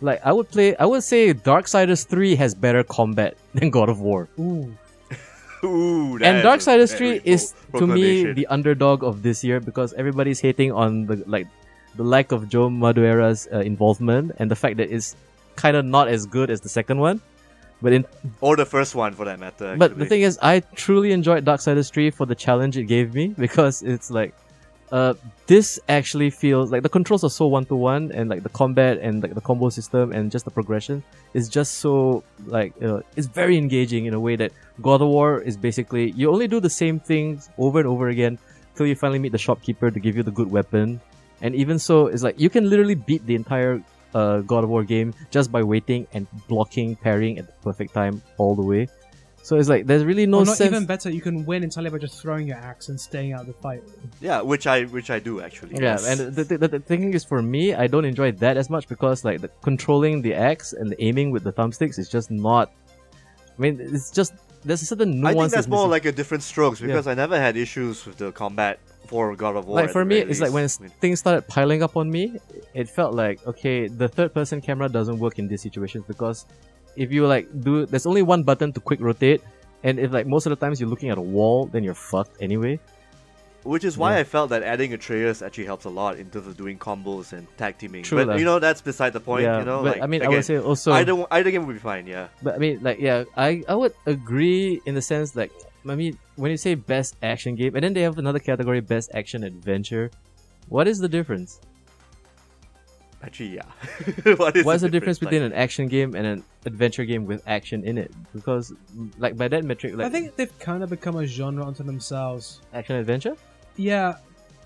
B: Like I would play, I would say Darksiders Three has better combat than God of War.
A: Ooh,
C: Ooh, that
B: and
C: is
B: Dark
C: a
B: Darksiders
C: very
B: 3 is
C: bold
B: to me
C: proclamation.
B: the underdog of this year because everybody's hating on the like the lack of Joe Madureira's uh, involvement and the fact that it's kind of not as good as the second one. But in
C: or the first one for that matter.
B: but the
C: actually.
B: thing is I truly enjoyed Darksiders 3 for the challenge it gave me because it's like uh this actually feels like the controls are so one to one and like the combat and like the combo system and just the progression is just so like uh, it's very engaging in a way that God of War is basically you only do the same things over and over again till you finally meet the shopkeeper to give you the good weapon. And even so, it's like you can literally beat the entire uh, God of War game just by waiting and blocking, parrying at the perfect time all the way. So it's like there's really no
A: or not
B: sense.
A: even better. You can win entirely by just throwing your axe and staying out of the fight.
C: yeah, which I which I do actually.
B: Yeah, and the, the, the thing is, for me, I don't enjoy that as much because like the controlling the axe and the aiming with the thumbsticks is just not. I mean, it's just there's a certain
C: I
B: nuance.
C: think that's more
B: missing.
C: like a different strokes
B: Yeah.
C: because I never had issues with the combat for God of War.
B: like
C: at
B: for
C: the
B: me,
C: very
B: it's like when
C: least.
B: s- things started piling up on me, it felt like okay, the third person camera doesn't work in these situations because if you like do, there's only one button to quick rotate, and if like most of the times you're looking at a wall, then you're fucked anyway.
C: Which is why
B: Yeah.
C: I felt that adding Atreus actually helps a lot in terms of doing combos and tag teaming.
B: True
C: but
B: lah.
C: you know that's beside the point.
B: yeah,
C: you know,
B: but
C: like,
B: I mean, I
C: again,
B: would say also,
C: either either game would be fine. Yeah,
B: but I mean, like yeah, I I would agree in the sense like I mean when you say best action game, and then they have another category best action adventure. What is the difference?
C: actually, yeah. what is
B: What's the difference
C: like?
B: between an action game and an adventure game with action in it? Because, like by that metric, like
A: I think they've kind of become a genre unto themselves.
B: action adventure.
A: Yeah,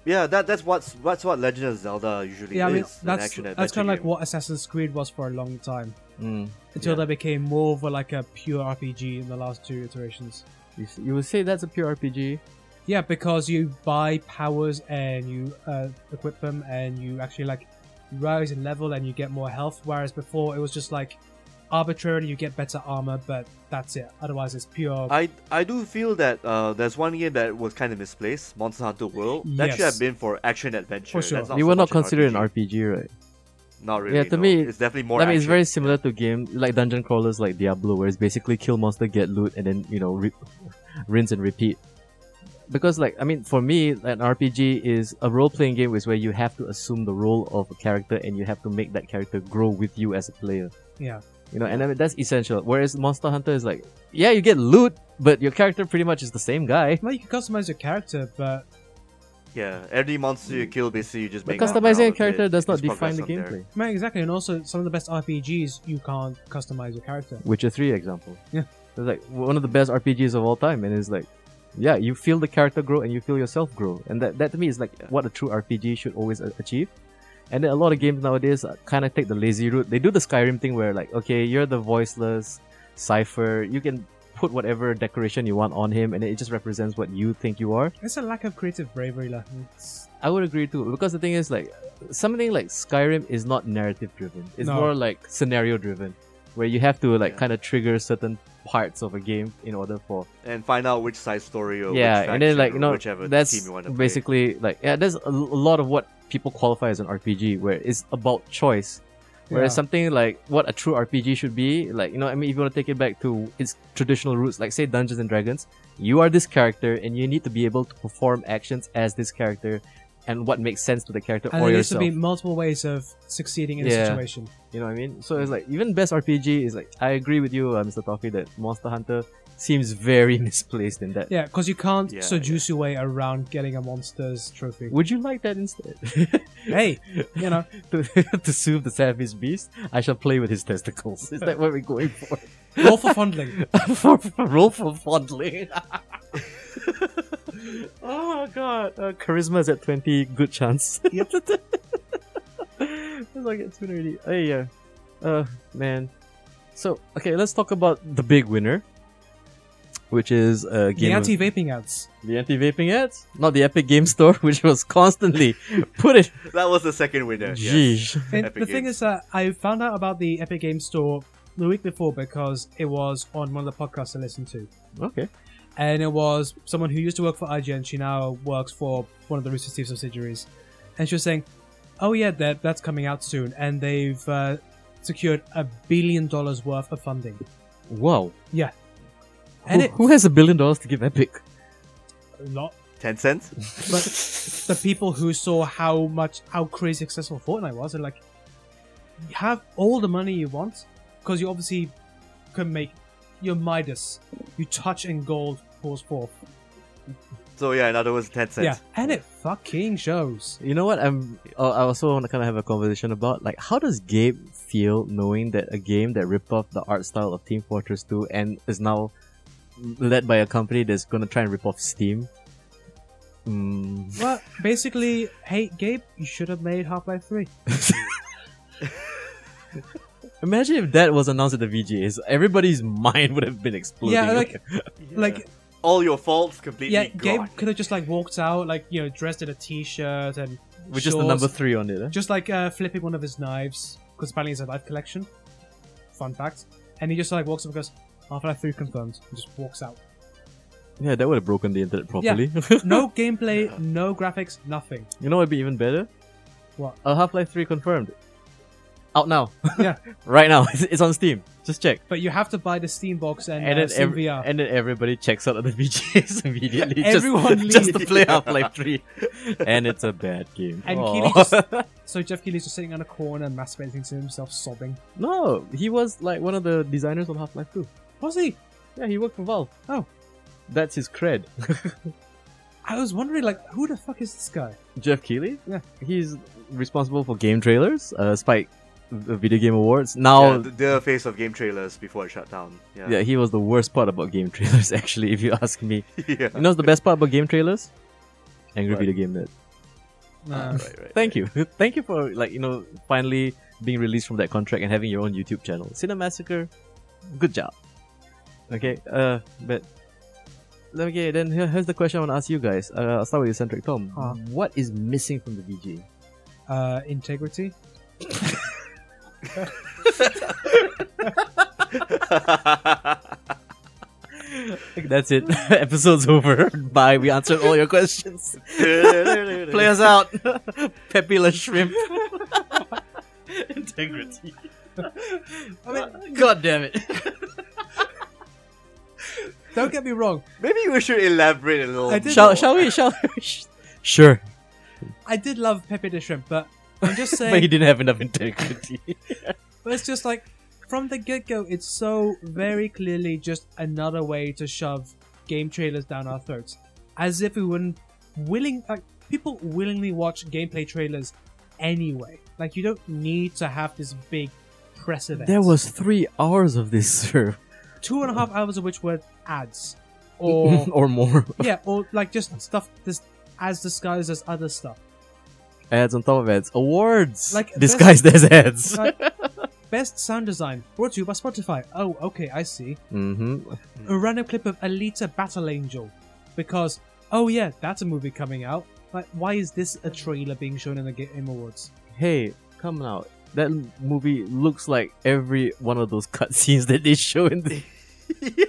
C: Yeah, that that's what's that's what Legend of Zelda usually
A: yeah. I
C: is.
A: mean,
C: an
A: that's
C: action
A: that's kind of
C: adventure
A: like
C: game.
A: what Assassin's Creed was for a long time
B: Mm.
A: until
C: Yeah.
A: they became more of a, like a pure RPG in the last two iterations.
B: You, s- you would say that's a pure RPG.
A: Yeah, because you buy powers and you uh, equip them and you actually like rise in level and you get more health. Whereas before it was just like arbitrarily you get better armor, but that's it. Otherwise, it's pure.
C: I I do feel that uh, there's one game that was kind of misplaced, Monster Hunter World. That should
A: Yes.
C: have been for action adventure.
A: For sure.
C: That's
B: you
C: so
B: would not
C: much an
B: consider an
C: RPG.
B: RPG, right?
C: Not really.
B: Yeah, to
C: no.
B: me-
C: it's definitely more.
B: I mean, it's
C: action.
B: very similar to game like dungeon crawlers like Diablo, where it's basically kill monster, get loot, and then you know, re- rinse and repeat. Because like I mean, for me, an RPG is a role-playing game, is where you have to assume the role of a character and you have to make that character grow with you as a player.
A: yeah,
B: You know, and I mean that's essential. Whereas Monster Hunter is like, yeah, you get loot, but your character pretty much is the same guy.
A: well, you can customize your character, but
C: Yeah, every monster you kill, basically, you just
B: But
C: make armor out
B: Mm. customizing a
C: of
B: character
C: it.
B: does not
C: Just progress
B: define the
C: from there.
B: gameplay.
A: man, exactly. And also, some of the best RPGs you can't customize your character.
B: Witcher Three example. It's like one of the best RPGs of all time, and it's like, yeah, you feel the character grow and you feel yourself grow, and that, that to me is like what a true RPG should always a- achieve. And then a lot of games nowadays kind of take the lazy route. They do the Skyrim thing where like, okay, you're the voiceless cipher. You can put whatever decoration you want on him, and it just represents what you think you are.
A: It's a lack of creative bravery, like it's,
B: I would agree too because the thing is like something like Skyrim is not narrative driven. It's
A: No.
B: more like scenario driven, where you have to like
C: Yeah.
B: kind of trigger certain parts of a game in order for
C: and find out which side story or
B: yeah,
C: which
B: and then
C: faction
B: like
C: or
B: you know
C: whichever
B: that's
C: team you want to
B: basically like yeah, there's a, a lot of what people qualify as an RPG where it's about choice. Whereas
A: Yeah.
B: something like what a true RPG should be, like you know, I mean, if you want to take it back to its traditional roots, like say Dungeons and Dragons, you are this character and you need to be able to perform actions as this character, and what makes sense to the character
A: and
B: or
A: there needs to
B: yourself.
A: be multiple ways of succeeding in a
B: Yeah.
A: situation.
B: You know what I mean? So it's
A: Mm.
B: like even best RPG is like I agree with you, uh, Mr. Toffee, that Monster Hunter seems very misplaced in that.
A: Yeah, because you can't
C: Yeah,
A: seduce your way around getting a monster's trophy.
B: Would you like that instead?
A: hey, you know,
B: to, to soothe the savage beast, I shall play with his testicles. Is that what we're going for?
A: roll for fondling.
B: for, for roll for fondling. oh god, uh, charisma is at twenty. Good chance. Yep. it's like it's been already. Oh yeah. Uh man. So okay, let's talk about the big winner, which is uh, game
A: The
B: of-
A: anti-vaping ads.
B: the anti-vaping ads, not the Epic Game Store, which was constantly put it.
C: pick. That was the second winner. Yes.
B: Jeez.
A: And
C: Epic
A: the thing
C: Games.
A: is that I found out about the Epic Games Store the week before because it was on one of the podcasts I listened to.
B: Okay.
A: and it was someone who used to work for IGN. She now works for one of the Rooster Teeth subsidiaries, and she was saying, "Oh yeah, that that's coming out soon, and they've uh, secured a billion dollars worth of funding."
B: Wow.
A: Yeah,
B: Who,
A: and it
B: who has a billion dollars to give Epic?
A: not,
C: Ten cents.
A: but the people who saw how much how crazy successful Fortnite was, they're like, "You "Have all the money you want, because you obviously can make your Midas, you touch and gold." pours forth.
C: So yeah, in other words, ten cents.
A: Yeah, and it fucking shows.
B: You know what? I'm. Uh, I also want to kind of have a conversation about like how does Gabe feel knowing that a game that ripped off the art style of Team Fortress 2 and is now led by a company that's gonna try and rip off Steam. Mm.
A: Well, basically, hey Gabe, you should have made Half Life Three.
B: Imagine if that was announced at the VGAs, everybody's mind would have been exploding.
A: Yeah, like like
C: All your faults completely
A: yeah,
C: gone.
A: Gabe could have just like walked out, like you know, dressed in a t-shirt and
B: with just the
A: shorts,
B: number three on it. eh?
A: just like uh, flipping one of his knives because apparently it's a knife collection. Fun fact, and he just like walks up and goes, Half Life Three confirmed, and just walks out.
B: Yeah, that would have broken the internet properly.
A: No gameplay, no graphics, nothing.
B: you know what would be even better?
A: What?
B: Uh, Half Life 3 confirmed. Out now.
A: Yeah.
B: right now. It's, it's on Steam. Just check.
A: But you have to buy the Steam box and,
B: and
A: uh,
B: then
A: Steam
B: every,
A: VR.
B: and then everybody checks out of the VGAs immediately. just-
A: Everyone
B: just, to
A: leaves.
B: play Half Life Three, and it's a bad game.
A: And
B: Aw.
A: Keely just- so Jeff Keighley's just sitting on a corner, masturbating to himself, sobbing.
B: no, he was like one of the designers on Half Life Two.
A: Was he?
B: Yeah, he worked for Valve.
A: Oh.
B: that's his cred.
A: I was wondering, like, who the fuck is this guy?
B: Jeff Keighley.
A: Yeah.
B: he's responsible for game trailers, uh, Spike uh, Video Game Awards.
C: Yeah,
B: Now,
C: th- the face of game trailers before it shut down. Yeah.
B: Oh. yeah, he was the worst part about game trailers. Actually, if you ask me,
C: Yeah.
B: you know what's the best part about game trailers? Angry
C: What?
B: Video Game Nerd.
A: Uh,
C: Right, right.
B: Thank you. Thank you for like you know finally being released from that contract and having your own YouTube channel. Cinemassacre, good job. Okay, uh, but okay, then here- here's the question I want to ask you guys. Uh, I'll start with you, Centric Tom.
A: Huh.
B: What is missing from the VG?
A: uh, integrity.
B: That's it. Episode's over. Bye. We answered all your questions. Play us out. Peppy La Shrimp. Integrity. God damn it.
A: Don't get me wrong.
C: Maybe we should elaborate a little.
A: I did-
B: Shall,
C: more.
B: shall we? Shall we? Sure.
A: I did love Pepe the Shrimp, but I'm just saying.
B: But he didn't have enough integrity.
A: but it's just like from the get go, it's so very clearly just another way to shove game trailers down our throats, as if we wouldn't willing like people willingly watch gameplay trailers anyway. Like you don't need to have this big precedent.
B: there was three hours of this, sir.
A: two and a half hours of which were ads, or
B: or more
A: yeah, or like just stuff this as disguised as other stuff.
B: ads on top of ads. Awards
A: Like, this-
B: disguised as ads.
A: Like, best sound design brought to you by Spotify. Oh, okay, I see.
B: mm-hmm.
A: A random clip of Alita Battle Angel, because oh yeah, that's a movie coming out. Like, why is this a trailer being shown in the Game Awards?
B: Hey, come out. That movie looks like every one of those cutscenes that they show in the.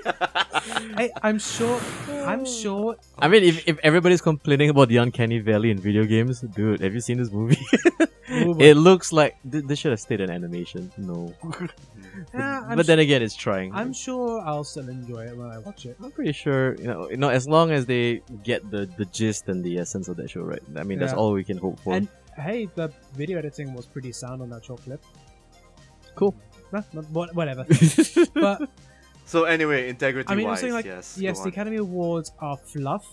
A: I, I'm sure. I'm sure.
B: I mean, if, if everybody's complaining about the uncanny valley in video games, dude, have you seen this movie? it looks like th- this should have stayed in animation. No,
A: Yeah, I'm
B: but then again, it's trying.
A: I'm sure I'll still enjoy it when I watch it.
B: I'm pretty sure you know, you know, as long as they get the, the gist and the essence of that show right. I mean, that's
A: Yeah.
B: all we can hope for.
A: And hey, the video editing was pretty sound on that short clip.
B: Cool.
A: Nah, not- what- whatever. but
C: So anyway, integrity
A: I mean, I'm
C: wise,
A: saying like
C: yes,
A: yes,
C: go
A: the
C: on.
A: Academy Awards are fluff,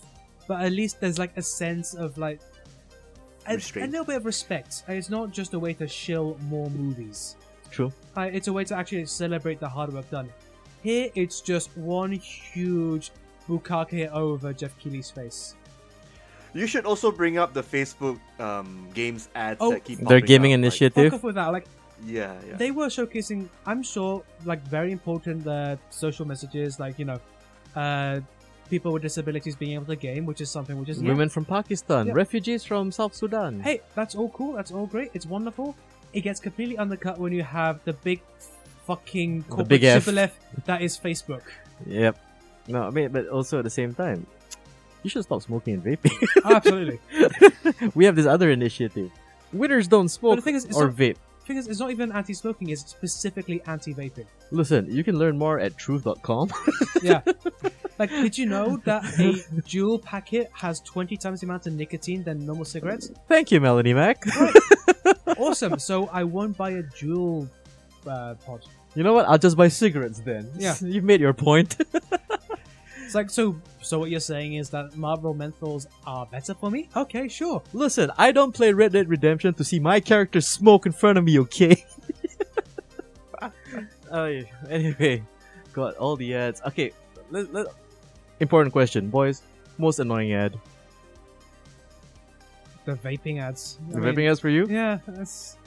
A: but at least there's like a sense of like a, a
C: Restraint.
A: little bit of respect. And It's not just a way to shill more movies.
B: True.
A: Uh, it's a way to actually celebrate the hard work done. Here, it's just one huge bukake over Jeff Keighley's face.
C: You should also bring up the Facebook um, games ads
A: Oh,
C: that keep
B: Their
C: popping
B: gaming
C: up, like-
B: initiative.
A: Fuck off with that. Like
C: yeah, yeah.
A: they were showcasing i'm sure like very important uh, social messages like you know uh, people with disabilities being able to game which is something which is
B: Women from Pakistan,
A: Yeah.
B: refugees from South Sudan.
A: hey that's all cool that's all great it's wonderful it gets completely undercut when you have the big fucking corporate
B: big F.
A: triple F that is facebook
B: Yep. No, I mean, but also at the same time, you should stop smoking and vaping.
A: Oh, absolutely
B: we have this other initiative. Winners don't
A: but
B: smoke
A: the thing is it's,
B: or
A: not,
B: vape.
A: thing is, it's not even anti-smoking it's specifically anti-vaping
B: Listen, you can learn more at truth.com.
A: yeah like did you know that a dual packet has 20 times the amount of nicotine than normal cigarettes
B: Thank you, Melanie Mac.
A: awesome. So I won't buy a dual uh, pod.
B: you know what? I'll just buy cigarettes then.
A: Yeah.
B: You've made your point.
A: It's like so. So what you're saying is that Marlboro menthols are better for me? Okay, sure.
B: Listen, I don't play Red Dead Redemption to see my character smoke in front of me, okay? Ay, anyway, got all the ads. Okay, let, let- important question, boys. Most annoying ad.
A: The vaping ads. I
B: The
A: mean,
B: vaping ads for you?
A: Yeah, that's.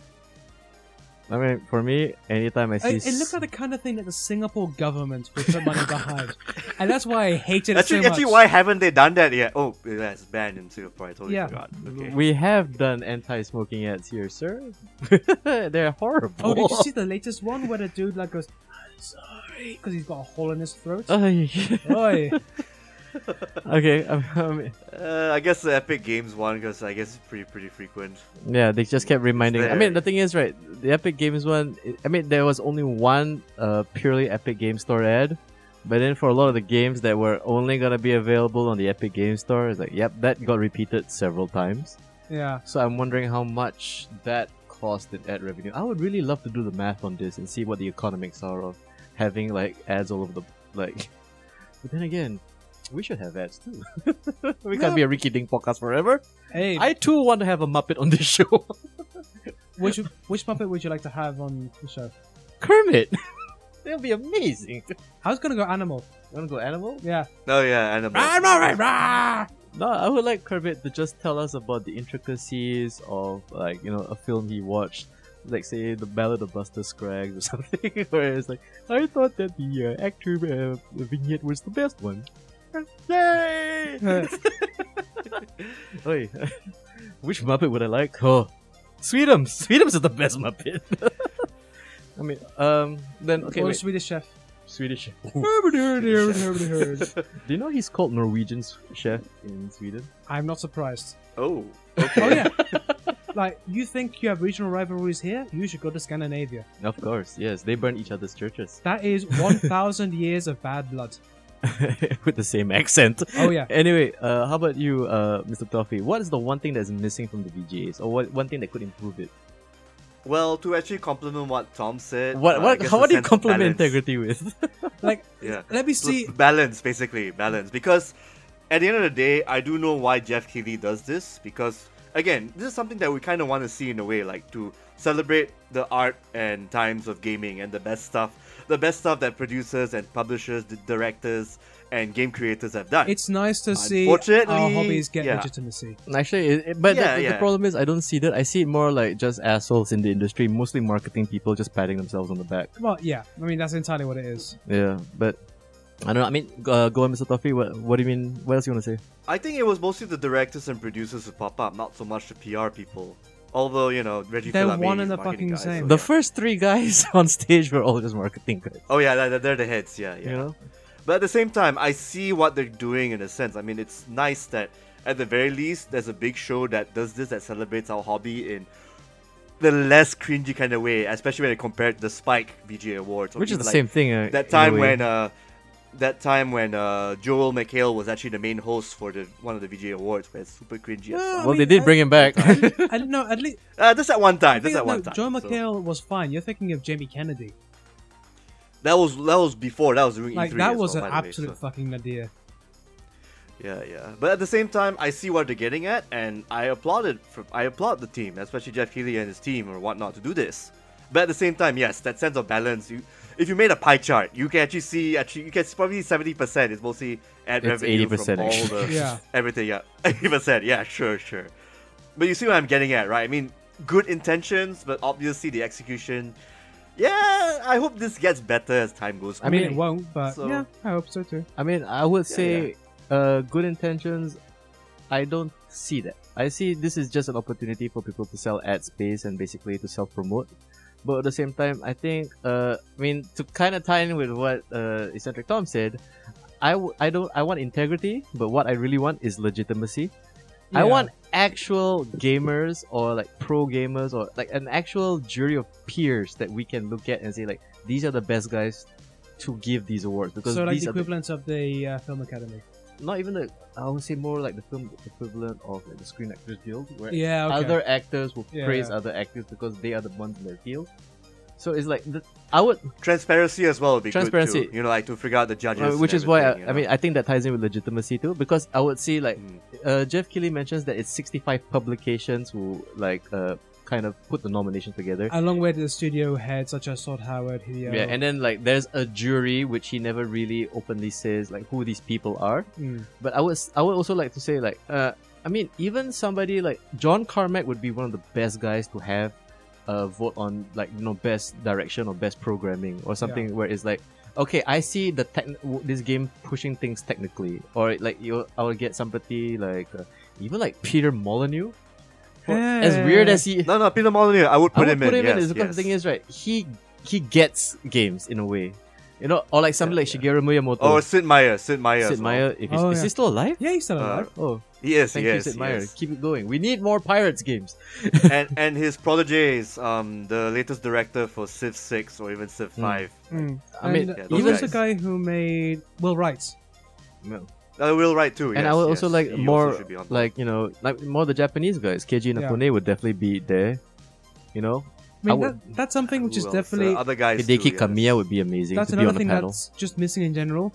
B: I mean, for me, anytime I
A: I,
B: see.
A: it looked like the kind of thing that the Singapore government would put money behind, and that's why I hated
C: Actually,
A: it so
C: actually,
A: much.
C: why haven't they done that yet? Oh, that's banned in Singapore. I totally
A: Yeah.
C: forgot. Okay.
B: We have done anti-smoking ads here, sir. They're horrible.
A: Oh, did you see the latest one where the dude like goes, "I'm sorry," because he's got a hole in his throat?
B: Ay.
A: Oi.
B: okay, um, um,
C: Uh, I guess the Epic Games one because I guess it's pretty pretty frequent.
B: Yeah, they just kept reminding. I mean, the thing is, right? The Epic Games one. I mean, there was only one uh, purely Epic Game Store ad, but then for a lot of the games that were only gonna be available on the Epic Game Store, it's like, yep, that got repeated several times.
A: Yeah.
B: So I'm wondering how much that cost in ad revenue. I would really love to do the math on this and see what the economics are of having like ads all over the like. But then again, we should have ads too. we can't be a Ricky Ding podcast forever.
A: Hey,
B: I too want to have a Muppet on this show.
A: which which puppet would you like to have on the show?
B: Kermit. That'll be amazing. You
A: I was gonna go animal.
B: wanna go animal?
A: Yeah.
C: No, Oh, yeah, animal.
B: No, I would like Kermit to just tell us about the intricacies of like you know a film he watched, like say the Ballad of Buster Scraggs or something, where it's like I thought that the uh, actor uh, vignette was the best one. Yay! Oi, which Muppet would I like? Oh, Sweetums. Sweetums is the best Muppet. I mean, um, then okay,
A: or
B: wait.
A: Swedish Chef.
B: Swedish.
A: I'm
B: Do you know he's called Norwegian s- chef in Sweden?
A: not surprised.
C: Oh,
A: Oh
C: okay.
A: yeah. like you think you have regional rivalries here? You should go to Scandinavia.
B: Of course, yes. They burn each other's churches
A: That is 1000 years of bad blood.
B: with the same accent.
A: Oh yeah.
B: Anyway, uh, how about you, uh, Mr. Toffee? What is the one thing that's missing from the VGAs, or what one thing that could improve it?
C: Well, to actually compliment what Tom said.
B: What
C: uh, I
B: what?
C: guess
B: How
C: the
B: would you
C: sense of
B: compliment
C: balance.
B: integrity with?
A: Like
C: Yeah.
A: let me
C: So
A: see.
C: balance basically balance because at the end of the day i do know why jeff keighley does this because again this is something that we kind of want to see in a way like to celebrate the art and times of gaming and the best stuff the best stuff that producers and publishers, d- directors, and game creators have done.
A: It's nice to see our
C: Unfortunately,
A: hobbies get
C: yeah.
A: legitimacy.
B: Actually, it, it- but the-
C: Yeah,
B: the, the
C: yeah.
B: problem is I don't see that. I see it more like just assholes in the industry, mostly marketing people just patting themselves on the back.
A: Well, yeah. I mean, that's entirely what it is.
B: Yeah, but I don't know. I mean, uh, go on, Mr. Toffee. What, what do you mean? What else you want to say?
C: I think it was mostly the directors and producers who pop up, not so much the PR people. Although you know Reggie
A: They're
C: Fils-Aimé
A: one
C: is
A: and the
C: marketing
A: fucking
C: guy, so
A: same.
B: The
C: yeah.
B: first three guys on stage were all just marketing guys.
C: oh yeah, they're- they're the heads. Yeah, yeah.
B: You know?
C: But at the same time, I see what they're doing in a sense. I mean, it's nice that at the very least, there's a big show that does this that celebrates our hobby in the less cringy kind of way, especially when it compared to the Spike VGA Awards, or
B: Which is
C: even
B: the
C: like
B: same thing. Uh,
C: That
B: in a
C: time
B: way.
C: when uh, that time when uh, Joel McHale was actually the main host for the one of the VGA Awards, where it's super cringy. as
A: Well,
C: fuck.
B: Well,
A: I
B: they
A: mean,
B: did
A: I-
B: bring him back.
A: I don't know. At least
C: Uh, just at one time. Just at
A: no,
C: one time.
A: Joe
C: so-
A: McHale was fine. You're thinking of Jamie Kennedy.
C: that was that was before. That was during
A: Like
C: E3
A: that
C: as
A: was
C: well,
A: an
C: by the way,
A: absolute
C: so-
A: fucking idea.
C: Yeah, yeah. But at the same time, I see what they're getting at, and I applauded. For, I applaud the team, especially Jeff Keighley and his team or whatnot, to do this. But at the same time, yes, that sense of balance. You, if you made a pie chart, you can actually see actually you can see probably seventy percent is mostly ad
B: It's
C: revenue from
B: 80%
C: all
B: actually.
C: the
A: Yeah.
C: everything. Yeah, eighty percent. Yeah, sure, sure. But you see what I'm getting at, right? I mean, good intentions, but obviously the execution. Yeah, I hope this gets better as time goes.
A: I
B: I
A: mean,
B: mean,
A: it won't, but
C: so-
A: yeah, I hope so too.
B: I mean, I would
C: Yeah,
B: say Uh, good intentions. I don't see that. I see this is just an opportunity for people to sell ad space and basically to self promote. But at the same time, I think, uh, I mean, to kind of tie in with what uh, eccentric Tom said, I, w- I don't I want integrity, but what I really want is legitimacy. I
A: Yeah.
B: want actual gamers or like pro gamers or like an actual jury of peers that we can look at and say like these are the best guys to give these awards because
A: So like
B: these
A: the
B: are the
A: equivalent of the uh, film academy.
B: not even the I would say more like the film equivalent of like, the Screen Actors Guild, where
A: Yeah. Okay.
B: other actors will
A: Yeah,
B: praise
A: yeah.
B: other actors because they are the ones in their field. So it's like the, I would,
C: Transparency as well would be good
B: Transparency. Uh,
C: too. You know, like to figure out the judges, and
B: which is why I,
C: everything, you
B: I mean
C: know?
B: I think that ties in with legitimacy too, because I would say like
C: Mm.
B: uh, Jeff Keighley mentions that it's 65 publications who like uh, kind of put the nomination together.
A: Along with the studio heads such as Todd Howard, uh, Hideo.
B: yeah, and then like there's a jury which he never really openly says like who these people are.
A: Mm.
B: But I would I would also like to say like uh I mean even somebody like John Carmack would be one of the best guys to have uh vote on like you know best direction or best programming or something where it's like okay I see the tech w- this game pushing things technically or like you I would get somebody like uh, even like Peter Molyneux For- as weird as he
C: No, no, Peter Molyneux. I would
B: I
C: put
B: would
C: him
B: put
C: in.
B: him
C: yes,
B: in is because the thing
C: yes.
B: is right he he gets games in a way you know or like somebody
C: Yeah,
B: like Shigeru Miyamoto
C: Or Sid Meier. Sid Meier. as
B: Sid
C: well.
B: Meier if he's,
A: Oh,
B: is
A: yeah.
B: he still alive
A: Yeah,
C: Uh,
A: he's still alive.
B: oh
C: He is.
B: Thank
C: he
B: you,
C: is.
B: Sid
C: he
B: Meier.
C: is.
B: Keep it going. We need more Pirates games.
C: and and his prodigies, um, the latest director for Civ Six or even Civ
B: Mm.
C: Five.
A: Mm.
B: I mean,
A: and
C: yeah,
A: he
C: those
A: was the
C: guys.
A: guy who made Will Wright.
C: Uh, Will Wright too.
B: and
C: yes,
B: I would
C: yes.
B: also like
C: He
B: more,
C: should be on board.
B: like you know, like more the Japanese guys. Keiji
A: Yeah.
B: Nafune would definitely be there. You know,
A: I mean,
B: I
A: that, that's something which
C: Who
A: is
C: else? Uh,
A: definitely
C: other guys.
B: Hideki
C: too,
B: Kamiya
C: yes.
B: would be amazing
A: that's
B: to be
A: another
B: on the
A: thing
B: panel.
A: that's just missing in general.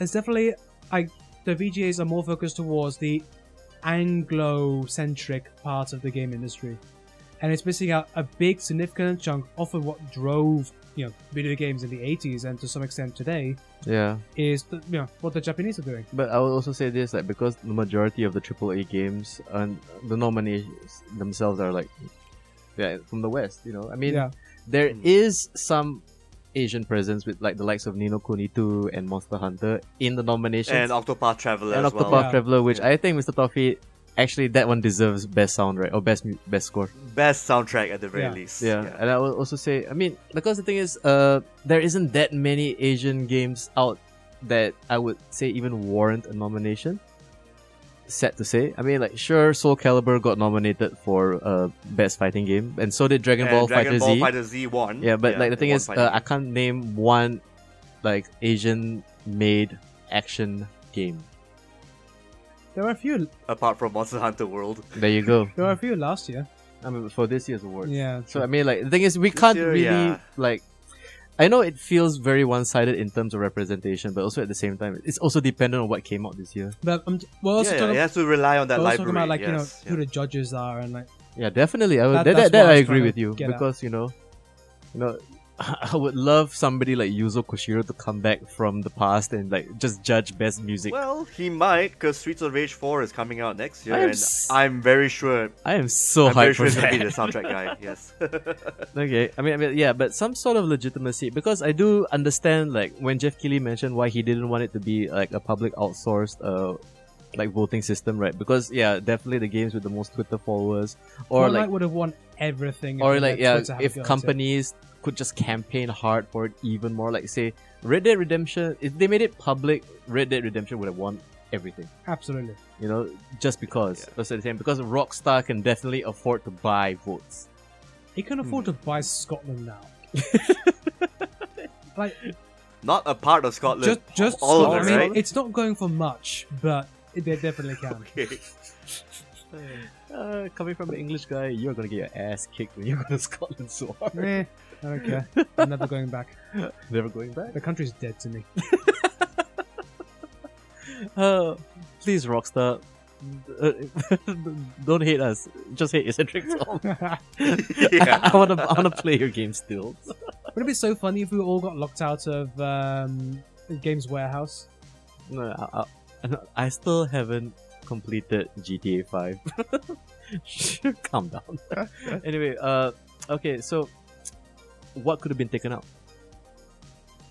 A: It's definitely like the VGAs are more focused towards the Anglo-centric part of the game industry, and it's missing out a big, significant chunk off of what drove you know video games in the 80s and to some extent today
B: Yeah,
A: is the, you know what the Japanese are doing.
B: but I would also say this like because the majority of the AAA games and the nominations themselves are like, yeah, from the West. You know, I mean,
A: yeah,
B: there
C: Mm.
B: is some Asian presence with like the likes of Nino Kuni 2 and Monster Hunter in the nominations.
C: And Octopath Traveler
B: and
C: as well.
B: Octopath
A: Yeah.
B: Traveler, which I think Mr. Toffee actually that one deserves best sound right or best mu- best score.
C: Best soundtrack at the very
A: Yeah.
C: least.
B: Yeah. and I will also say, I mean, because the thing is, uh, there isn't that many Asian games out that I would say even warrant a nomination. Sad to say, I mean, like sure, Soul Calibur got nominated for uh best fighting game, and so did Dragon
C: And
B: Ball
C: Dragon
B: Fighter
C: Ball
B: Z.
C: Fighter Z won.
B: Yeah, but like the
C: they
B: thing
C: won
B: is,
C: fighting
B: uh, I
C: game.
B: can't name one like Asian made action game.
A: there were a few.
B: uh,
C: apart from Monster Hunter World.
B: There you go.
A: There were a few last year.
B: I mean, for this year's awards.
A: Yeah,
B: So I mean, like the thing is, we can't
C: year,
B: really
C: yeah.
B: like. I know it feels very one-sided in terms of representation, but also at the same time, it's also dependent on what came out this year.
A: but um, we're also
C: yeah, yeah,
A: talking,
C: it has to rely on that
A: we're also talking
C: library.
A: about like
C: yes,
A: you know who
C: yeah.
A: the judges are and like
B: Yeah, definitely. I would,
A: That-
B: that,
A: that's
B: that,
A: what
B: that
A: I
B: I
A: was
B: agree
A: trying to
B: with you
A: get at.
B: because you know, you know, I would love somebody like Yuzo Koshiro to come back from the past and like just judge best music.
C: Well, he might, because Streets of Rage 4 is coming out next year,
B: I am
C: and
B: s-
C: I'm very sure.
B: I am so
C: I'm very
B: hyped
C: sure
B: for
C: he's going to be the
B: that.
C: soundtrack guy, yes.
B: okay, I mean, I mean, yeah, but some sort of legitimacy because I do understand like when Jeff Keighley mentioned why he didn't want it to be like a public outsourced uh like voting system, right? Because yeah, definitely the games with the most Twitter followers or
A: Or
B: like
A: would have won everything. if
B: or
A: they
B: like
A: let
B: yeah,
A: Twitter have a
B: if
A: go at it.
B: companies could just campaign hard for it even more, like say Red Dead Redemption, if they made it public, Red Dead Redemption would have won everything.
A: absolutely,
B: You know, just because.
C: Yeah.
B: Also the same because Rockstar can definitely afford to buy votes.
A: he can afford to buy Scotland now. like
C: Not a part of Scotland.
A: just just
C: all
A: Scotland.
C: of
A: I
C: it,
A: mean,
C: right?
A: it's not going for much, but it, they definitely can.
C: Okay.
B: Uh, coming from an English guy, you're gonna get your ass kicked when you go to Scotland so hard.
A: Meh, I don't care. Eh, I'm never going back.
B: Never going back.
A: The country's dead to me.
B: Uh, please, Rockstar, uh, don't hate us. Just hate eccentric.
C: Oh.
B: Soul.
C: yeah.
B: I wanna, I wanna play your game still.
A: Would it be so funny if we all got locked out of um, Games Warehouse?
B: No, I, I, I still haven't completed GTA 5. Calm down. anyway, uh, okay, so what could have been taken out?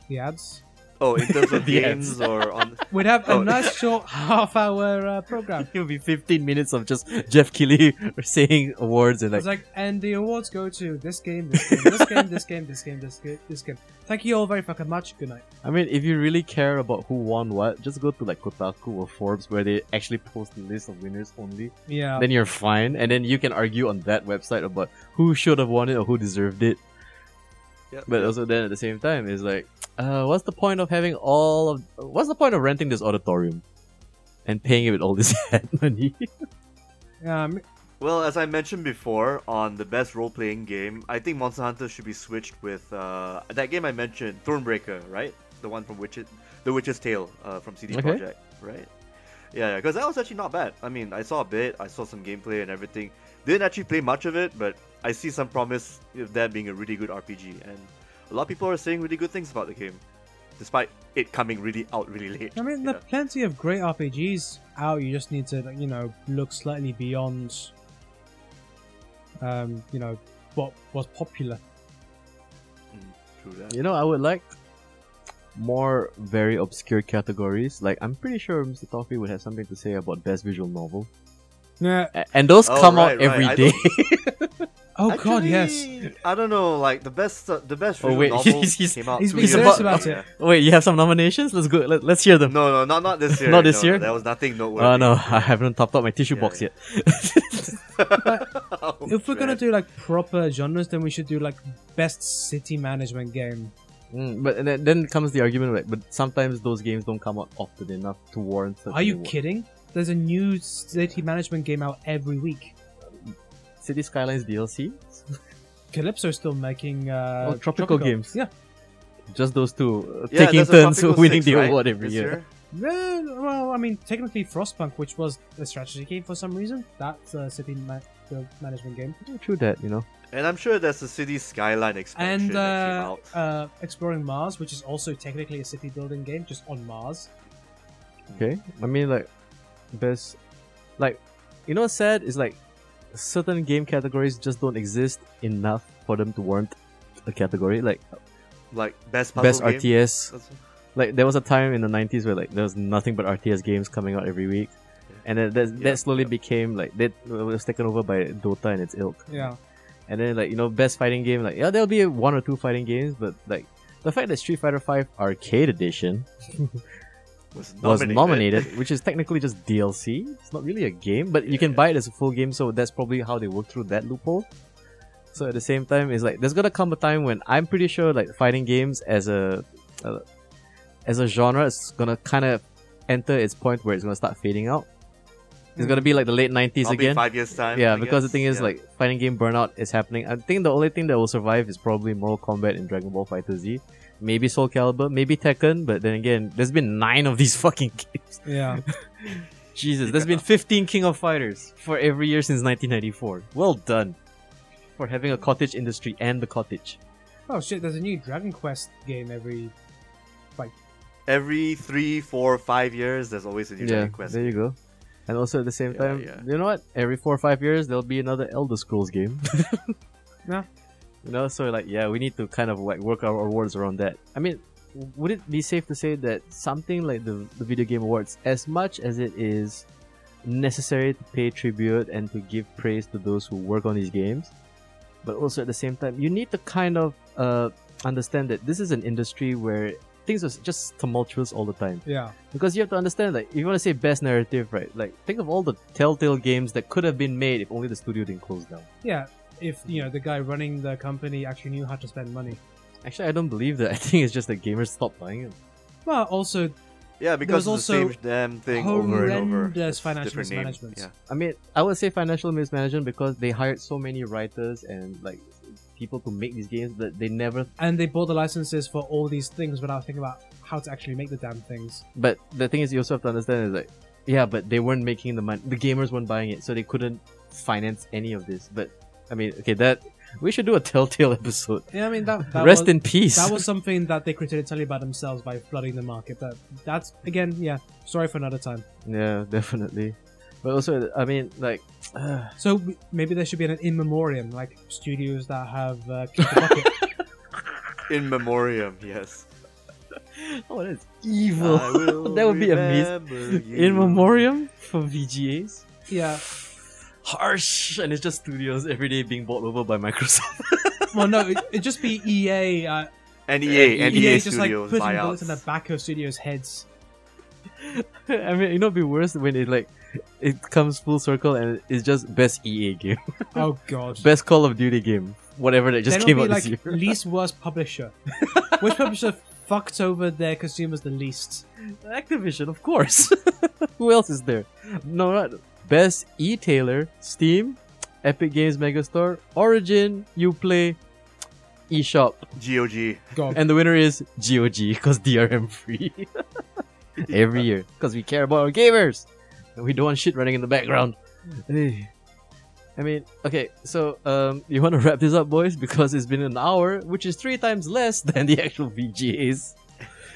A: The ads.
C: Oh, in terms of
B: The
C: games or on.
A: We'd have a
C: Oh.
A: nice short half-hour uh, program.
B: It would be 15 minutes of just Jeff Keighley saying awards and like,
A: It's like, and the awards go to this game, this game, this game, this game, this game, this game, this game. Thank you all very fucking much. Good night.
B: I mean, if you really care about who won what, just go to like Kotaku or Forbes where they actually post the list of winners only.
A: Yeah.
B: Then you're fine, and then you can argue on that website about who should have won it or who deserved it.
C: Yep.
B: But also then at the same time, it's like, uh, what's the point of having all of? What's the point of renting this auditorium, and paying it with all this ad money?
A: Um,
C: Well, as I mentioned before, on the best role playing game, I think Monster Hunter should be switched with uh, that game I mentioned, Thronebreaker, right? The one from Witch, The Witch's Tale uh, from CD
B: Okay.
C: Projekt, right? Yeah, because that was actually not bad. I mean, I saw a bit, I saw some gameplay and everything. Didn't actually play much of it, but I see some promise of that being a really good RPG, and a lot of people are saying really good things about the game, despite it coming really out really late.
A: I mean, there are plenty of great RPGs out. You just need to, like, you know, look slightly beyond, um, you know, what was popular.
C: True that.
B: you know, I would like more very obscure categories. Like I'm pretty sure Mr. Toffee would have something to say about best visual novel,
A: Yeah.
B: A- and those
C: Oh,
B: come
C: right,
B: out
C: right.
B: every
C: I
B: day.
A: Oh God, yes.
C: Actually, I don't know, like the best, uh, the best
B: Oh,
C: visual
B: wait,
C: novel
B: he's- he's-
C: came out.
A: he's
C: two
A: being
C: years
A: serious
C: ago.
A: about it.
C: Yeah.
B: Wait, you have some nominations? Let's go. Let, let's hear them.
C: No, no, not not this year.
B: Not this
C: No,
B: year?
C: That was nothing noteworthy.
B: Oh no, I haven't topped up my tissue
C: Yeah,
B: box
C: yeah.
B: yet.
C: Oh,
A: If we're gonna
C: man.
A: do like proper genres, then we should do like best city management game.
B: Mm, but and then, then comes the argument, like, but sometimes those games don't come out often enough to warrant. such
A: Are you
B: an award.
A: kidding? There's a new city management game out every week.
B: City Skylines DLC?
A: Calypso's still making uh,
B: Oh, tropical games.
A: Yeah.
B: Just those two, uh,
C: Yeah,
B: taking
C: there's a
B: turns
C: Tropical
B: winning
C: Six,
B: the
C: right,
B: award every
C: this
B: year.
A: Yeah, well, I mean, technically Frostpunk, which was a strategy game for some reason, that's a city ma- uh, management game.
B: True that, you know.
C: And I'm sure there's a city skyline expansion
A: And
C: that
A: uh,
C: came out.
A: uh, Exploring Mars, which is also technically a city building game, just on Mars.
B: Okay, I mean, like, best, like, you know, what's sad is like, certain game categories just don't exist enough for them to warrant a category. Like
C: like best puzzle
B: best
C: game.
B: RTS,
C: That's-
B: like there was a time in the 90s where like there was nothing but RTS games coming out every week and then that,
C: Yeah,
B: that slowly
C: yeah.
B: became like that was taken over by Dota and its ilk
A: Yeah.
B: and then like you know best fighting game like yeah there'll be one or two fighting games but like the fact that Street Fighter 5 Arcade Edition
C: Was
B: was
C: nominated.
B: nominated, which is technically just DLC. It's not really a game, but you
C: Yeah,
B: can
C: yeah.
B: buy it as a full game, so that's probably how they work through that loophole. So at the same time, it's like there's gonna come a time when I'm pretty sure like fighting games as a uh, as a genre is gonna kind of enter its point where it's gonna start fading out. It's
A: Mm.
B: gonna be like the late '90s
C: Hmm. I'll be
B: again.
C: five years time.
B: yeah,
C: I
B: because the
C: guess.
B: thing is
C: Yeah.
B: like fighting game burnout is happening. I think the only thing that will survive is probably Mortal Kombat and Dragon Ball Fighter Z. Maybe Soul Calibur, maybe Tekken, but then again, there's been nine of these fucking games.
A: Yeah.
B: Jesus, there's been 15 King of Fighters for every year since 1994. Well done for having a cottage industry and the cottage.
A: Oh shit! There's a new Dragon Quest game every.
C: Every three, four, five years, there's always a new
B: yeah,
C: Dragon Quest.
B: there you go. And also at the same
C: Yeah,
B: time,
C: yeah.
B: you know what? Every four or five years, there'll be another Elder Scrolls game.
A: Yeah.
B: You know, so like, yeah, we need to kind of like work our awards around that. I mean, would it be safe to say that something like the, the video game awards, as much as it is necessary to pay tribute and to give praise to those who work on these games, but also at the same time, you need to kind of uh, understand that this is an industry where things are just tumultuous all the time
A: Yeah.
B: because you have to understand like if you want to say best narrative right like think of all the telltale games that could have been made if only the studio didn't close down
A: Yeah. If you know the guy running the company actually knew how to spend money.
B: actually i don't believe that i think it's just that gamers stopped buying it
A: Well, also
C: Yeah, because it's
A: There
C: the
A: was
C: same
A: also
C: damn thing over and over.
A: horrendous
C: It's
A: financial
C: different name.
A: mismanagement.
C: Yeah.
B: i mean i would say financial mismanagement because they hired so many writers and like people to make these games that they never
A: and they bought the licenses for all these things without thinking about how to actually make the damn things.
B: but the thing is you also have to understand is like yeah but they weren't making the money the gamers weren't buying it so they couldn't finance any of this but i mean okay that we should do a telltale episode
A: Yeah, I mean that. that
B: rest
A: was,
B: in peace
A: That was something that they created entirely by themselves by flooding the market. But that's again, yeah. Sorry for another time.
B: Yeah, definitely. But also, I mean, like, uh,
A: So w- maybe there should be an in memoriam, like studios that have uh, kicked the bucket.
C: In memoriam, yes.
B: oh, that's evil.
C: I will
B: That would be amazing.
C: remember you.
B: In memoriam for VGAs.
A: Yeah.
B: Harsh, and it's just studios every day being bought over by Microsoft.
A: Well, no, it, it'd just be EA. Uh,
C: And
B: E
C: EA, and EA,
A: EA just like
C: E Studios
A: putting bullets in the
C: buyouts.
A: back of studios' heads.
B: I mean, you know, it'd be worse when it like it comes full circle and it's just best EA game,
A: Oh god.
B: best Call of Duty game, whatever that just
A: then
B: came
A: it'll
B: out
A: be like
B: this year.
A: least worst publisher. Which publisher fucked over their consumers the least?
B: Activision, of course. Who else is there? No, not best e-tailer, Steam, Epic Games Megastore, Origin, Uplay, eShop,
C: GOG.
A: God.
B: and the winner is GOG because DRM free every year because we care about our gamers and we don't want shit running in the background. Hey. I mean, okay, so um, you want to wrap this up, boys, because it's been an hour, which is three times less than the actual VGAs.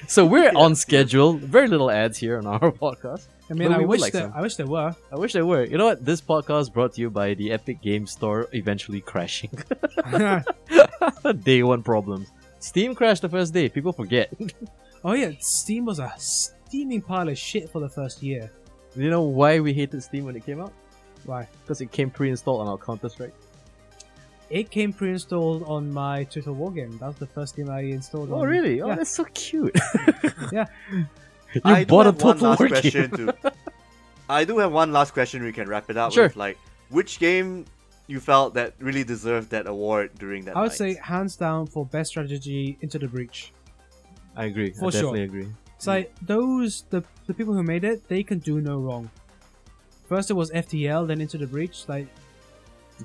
B: So we're on schedule. Very little ads here on our podcast.
A: I mean,
B: But
A: I
B: we would
A: wish
B: like
A: there,
B: some.
A: I wish there were.
B: I wish they were. You know what? This podcast brought to you by the Epic Games Store eventually crashing. day one problems. Steam crashed the first day. People forget.
A: oh yeah, Steam was a steaming pile of shit for the first year.
B: You know why we hated Steam when it came out?
A: Why?
B: Because it came pre-installed on our Counter Strike.
A: It came pre-installed on my Total War game. That was the first game I installed.
B: Oh
A: on-
B: really? Oh,
A: Mm. Yeah.
B: that's so cute.
A: Yeah.
B: You
C: I do
B: bought a
C: have one
B: Total
C: last
B: War
C: question
B: game.
C: to. I do have one last question. We can wrap it up
B: Sure.
C: with like, which game you felt that really deserved that award during that?
A: I would
C: night?
A: say hands down for best strategy into the breach.
B: I agree. I
A: For sure.
B: definitely agree.
A: It's like those the the people who made it, they can do no wrong. First it was FTL, then Into the Breach. Like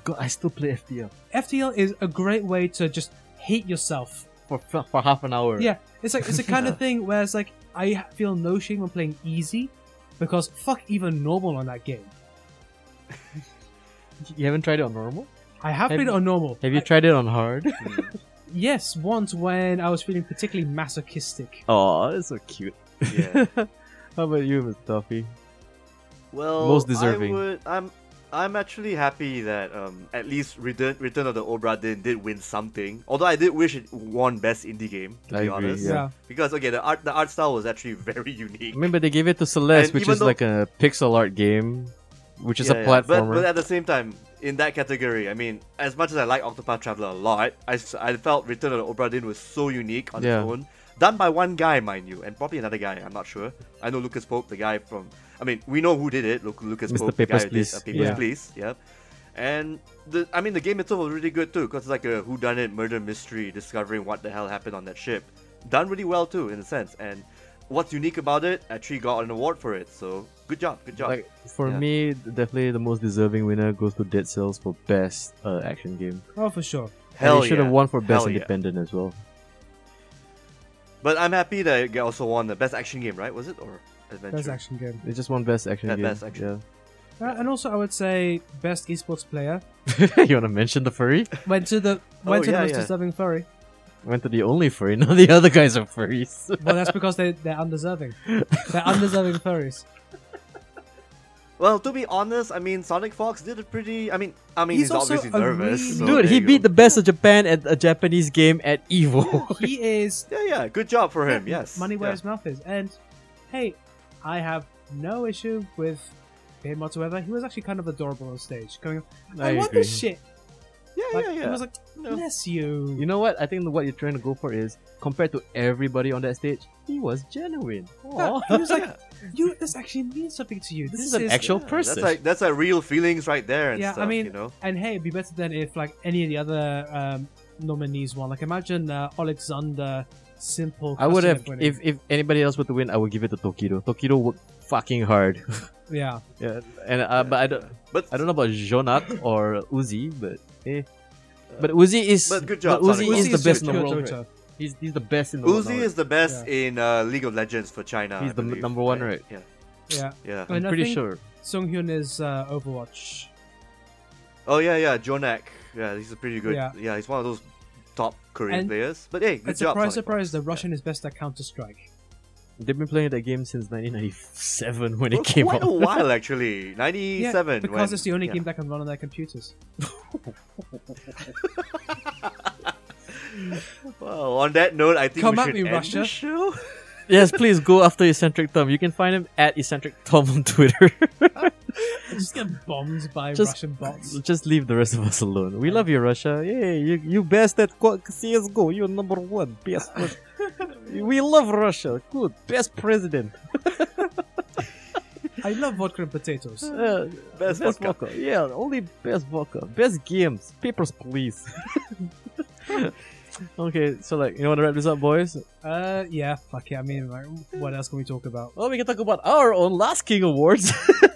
B: God, I still play FTL
A: FTL is a great way to just hate yourself.
B: for for half an hour.
A: Yeah, it's like it's the kind
B: Yeah.
A: of thing where it's like I feel no shame when playing easy, because fuck even normal on that game.
B: You haven't tried it on normal?
A: I have,
B: Have
A: played it
B: you-
A: on normal.
B: Have you
A: I-
B: tried it on hard?
C: Hmm,
A: yes, once when I was feeling particularly masochistic.
B: Oh, that's so cute.
C: Yeah.
B: How about you, Mr. Duffy?
C: Well,
B: Most deserving.
C: I would, I'm I'm actually happy that um at least Return Return of the Obra Dinn did win something. Although I did wish it won Best Indie Game to
B: I
C: be
B: agree,
C: honest.
B: Yeah.
A: Yeah.
C: Because okay, the art the art style was actually very unique.
B: Remember they gave it to Celeste,
C: And
B: which
C: even
B: is
C: though-
B: like a pixel art game, which is
C: Yeah,
B: a
C: yeah. But-
B: platformer.
C: But, at the same time, in that category, I mean, as much as I like Octopath Traveler a lot, I, s- I felt Return of the Obra Dinn was so unique on
B: Yeah.
C: its own. Done by one guy, mind you, and probably another guy. I'm not sure. I know Lucas Pope, the guy from. I mean, we know who did it. Lu- Lucas
B: Mr.
C: Pope, the guy
B: Papers,
C: who did, uh,
B: Please.
C: Papers,
A: Yeah.
C: please. Yep. And the, I mean, the game itself was really good too, because it's like a whodunit murder mystery, discovering what the hell happened on that ship. Done really well too, in a sense. And what's unique about it, actually got an award for it. So good job, good job.
B: like for
C: Yeah.
B: me, definitely the most deserving winner goes to Dead Cells for best uh, action game.
A: Oh, for sure.
C: hell
B: and they should have
C: yeah.
B: won for best
C: Hell yeah.
B: independent as well.
C: But I'm happy that it also won the best action game, right? Was it or adventure?
A: Best action game.
B: They just won best action
C: Yeah,
B: game.
C: best action.
A: Uh, and also, I would say best esports player
B: Yeah. you want to mention the furry?
A: went to the went
C: Oh,
A: to
C: yeah,
A: the most
C: yeah.
A: disturbing furry.
B: went to the only furry. None of the other guys are furries.
A: Well, that's because they they're undeserving. They're undeserving furries.
C: Well, to be honest, I mean, Sonic Fox did a pretty. I mean, I mean,
A: He's
C: he's,
A: also
C: obviously
A: a
C: nervous.
A: really-
C: so
B: Dude,
C: there
B: he
C: you
B: beat
C: go.
B: the best of Japan at a Japanese game at Evo.
A: He is
C: Yeah, yeah, good job for him. Yes,
A: money where
C: yeah.
A: his mouth is. And hey, I have no issue with him whatsoever. He was actually kind of adorable on stage. Going, I,
B: I
A: want
B: agree.
A: this shit.
C: Yeah,
A: Like,
C: yeah,
A: He
C: yeah.
A: was like, bless you.
B: You know what? I think what you're trying to go for is compared to everybody on that stage, he was genuine.
A: Yeah,
B: Aw.
A: he was like,
C: Yeah.
A: you. This actually means something to you. This,
B: This is an actual person.
C: That's like that's like real feelings right there. And
A: Yeah, I
C: stuff,
A: mean,
C: you know,
A: And hey, it'd be better than if like any of the other um, nominees won. Like imagine uh, Alexander Simple.
B: I would have
A: Kasteyev winning.
B: if if anybody else were to win, I would give it to Tokido. Tokido worked fucking hard.
A: yeah.
B: yeah, and uh, but I don't
C: but
B: I don't know about Jonak or Uzi, but eh. But Uzi is
C: but good job,
B: Uzi is
C: Sonic. Uzi
B: the
C: is
B: best
A: just
B: in the
A: pure
B: world.
A: Dota.
B: right? He's he's the best in the world.
C: Uzi
B: now,
C: is the best
A: Yeah.
C: in uh, League of Legends for China.
B: He's
C: I
B: the m-
C: believe,
B: number one,
C: Yeah,
A: Yeah.
C: yeah.
B: right? I'm
A: And I
B: pretty
A: think
B: sure.
A: Sung Hyun is uh, Overwatch.
C: Oh yeah, yeah, Jonak. Yeah, he's a pretty good.
A: Yeah.
C: Yeah, he's one of those top Korean
A: And-
C: players. But hey, good
A: And
C: job.
A: surprise,
C: Sonic
A: surprise,
C: Fox.
A: the Russian is best at Counter Strike.
B: They've been playing that game since 1997 when
C: Yeah.
B: it came
C: quite
B: out.
C: a while actually. Ninety-seven.
A: because
C: when-
A: it's the only
C: yeah.
A: game that can run on their computers.
C: Well, on that note, I think
A: Come
C: we
A: at
C: should
A: me,
C: end
A: Russia.
C: the show.
B: yes, please go after Eccentric Tom. You can find him at Eccentric Tom on Twitter.
A: just get bombed by
B: Just-
A: Russian bots.
B: Just leave the rest of us alone. We love you, Russia. Yay, you, you best at co- CSGO. You're number one. Best. Rus- we love Russia. Good. Best president.
A: I love vodka and potatoes.
B: Uh,
C: Best vodka.
B: vodka. Yeah, only best vodka. Best games. Papers, please. okay, so like, you want to wrap this up, boys?
A: Uh, yeah, fuck it. I mean, like, what else can we talk about?
B: Well, we can talk about our own Last King Awards.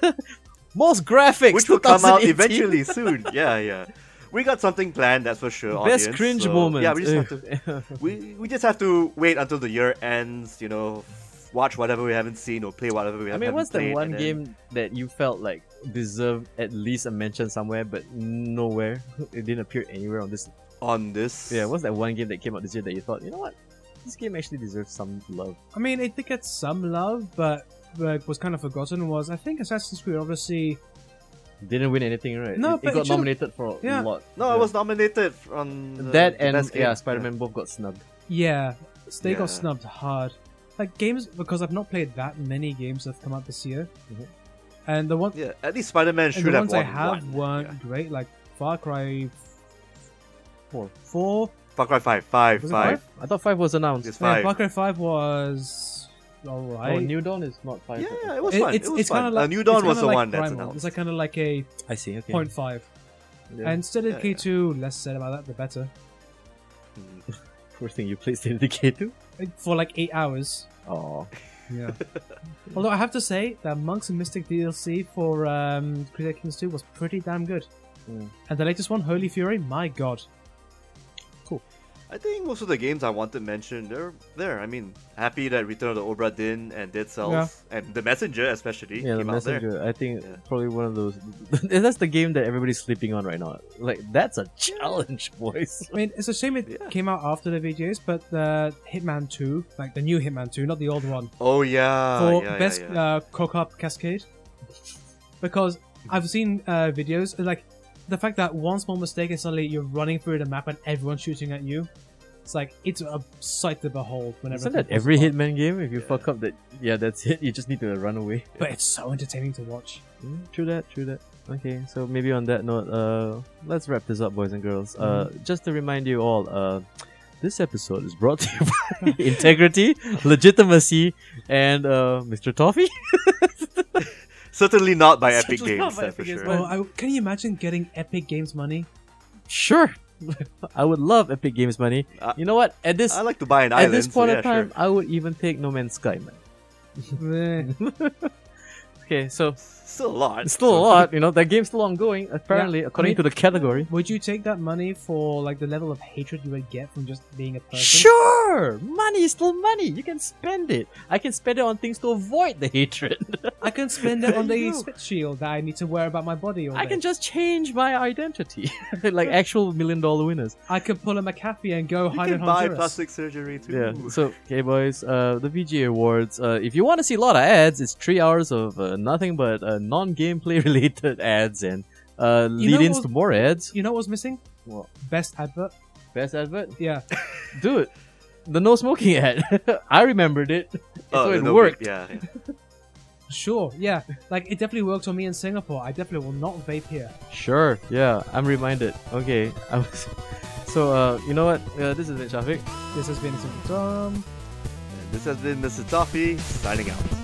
B: Most graphics,
C: which will come out
B: 2018.
C: eventually soon. Yeah, yeah. We got something planned, that's for sure.
B: Best
C: audience,
B: cringe
C: so-
B: moment.
C: Yeah, we just have to.
B: to.
C: We, we just have to wait until the year ends. You know, watch whatever we haven't seen or play whatever we
B: I
C: haven't.
B: mean, what's the
C: played,
B: one
C: and then-
B: game that you felt like deserved at least a mention somewhere, but nowhere? It didn't appear anywhere on this.
C: on this?
B: Yeah, what's that one game that came out this year that you thought, you know what? This game actually deserves some love.
A: I mean, it did get some love, but like, was kind of forgotten. Was I think Assassin's Creed Odyssey?
B: Didn't win anything, right?
A: No,
B: it, it
A: but it
B: got
A: should've-
B: nominated for a
A: Yeah.
B: lot.
C: No,
B: yeah.
C: I was nominated on the-
B: that
C: the
B: and
C: best game.
B: yeah, Spider-Man both got snubbed.
A: Yeah, they
C: Yeah.
A: got snubbed hard. Like games because I've not played that many games that have come out this year,
C: Mm-hmm.
B: Mhm.
A: and the one
C: Yeah. Yeah, at least Spider-Man
A: and
C: should
A: the
C: have
A: ones I
C: won.
A: have
C: one.
A: weren't
C: Yeah.
A: great. Like Far Cry
B: Four.
A: Four.
C: Far Cry Five, five,
A: Was it
C: five.
B: I thought five was announced.
C: It's
A: Yeah,
C: five.
A: Far Cry Five was alright.
B: Oh, New Dawn is not five.
C: Yeah,
B: right?
C: it was
A: It-
C: fun.
A: it's
C: it was
A: it's
C: fun.
A: kind of like
C: Uh, New Dawn
A: it's
C: was
A: kinda
C: the
A: like
C: one that's
A: Primal.
C: announced.
A: It's like kind of like a
B: I see. Okay.
A: point five.
B: Yeah.
A: And instead of
C: Yeah,
A: K two, less said about that, the better.
C: Mm.
B: first thing you played State of Decay two.
A: For like eight hours.
B: Oh,
A: Yeah. Although I have to say that Monks and Mystic DLC for um, Crusader Kings two was pretty damn good.
B: Mm.
A: And the latest one, Holy Fury, my god.
C: I think most of the games I wanted mentioned they're there. I mean, happy that Return of the Obra Dinn and Dead Cells and The Messenger especially
B: yeah, the
C: came out there.
B: messenger. I think
C: Yeah.
B: probably one of those. that's the game that everybody's sleeping on right now. Like that's a challenge, boys.
A: I mean, it's a shame it
C: Yeah.
A: came out after the VGAs, but uh, Hitman two, like the new Hitman two, not the old one,
C: Oh yeah,
A: for
C: yeah,
A: best
C: yeah, yeah.
A: Uh, cock up cascade because I've seen uh, videos and, like the fact that one small mistake and suddenly you're running through the map and everyone's shooting at you. It's like it's a sight to behold. Whenever
B: Isn't
A: it
B: that every
A: comes
B: Hitman game? If you
C: Yeah.
B: fuck up, that yeah, that's it. You just need to run away.
A: up. but it's so entertaining to watch.
B: Mm, true that, true that. Okay, so maybe on that note, uh, let's wrap this up, boys and girls. Uh, just to remind you all, uh, this episode is brought to you by integrity, legitimacy, and uh, Mr. Toffee.
C: Certainly not by Epic
B: Certainly not
C: Games,
B: by
C: that's for
B: Epic Games,
C: sure.
A: Oh, I, can you imagine getting Epic Games money?
B: Sure, I would love Epic Games money.
C: Uh,
B: you know what? At this
C: I like to buy an
B: at
C: island.
B: this point
C: so yeah,
B: of time, I would even take No Man's Sky, man.
A: Meh.
B: Okay, so
C: sure. Still a lot.
B: It's still a lot, you know. That game's still ongoing, apparently,
A: I
B: according
A: mean-
B: to the category.
A: Would you take that money for like the level of hatred you would get from just being a person?
B: Sure, money is still money. You can spend it. I can spend it on things to avoid the hatred.
A: I can spend it on
B: There
A: the
B: you go.
A: spit shield that I need to wear about my body. All
B: I can
A: day.
B: just change my identity, like actual million dollar winners.
A: I can pull a McAfee and go
C: You
A: hide
C: can
A: in
C: buy
A: Honduras.
C: plastic surgery too. Oh,
B: Yeah. So, okay, boys. Uh, the VGA Awards. Uh, if you want to see a lot of ads, it's three hours of uh, nothing but uh, non-gameplay related ads and uh,
A: You know
B: lead-ins
A: what-
B: to more ads.
A: You know what was missing?
B: What?
A: Best advert.
B: Best advert,
A: Yeah.
B: dude. The no smoking ad. I remembered it,
C: Oh,
B: so it
C: no,
B: worked.
C: Yeah, yeah.
A: Sure. Yeah. Like it definitely worked on me in Singapore. I definitely will not vape here.
B: Sure. Yeah, I'm reminded. Okay. I was. So, uh, you know what? Uh, this is it, Shafiq.
A: This has been some dumb.
C: And this has been Mr. Toffee signing out.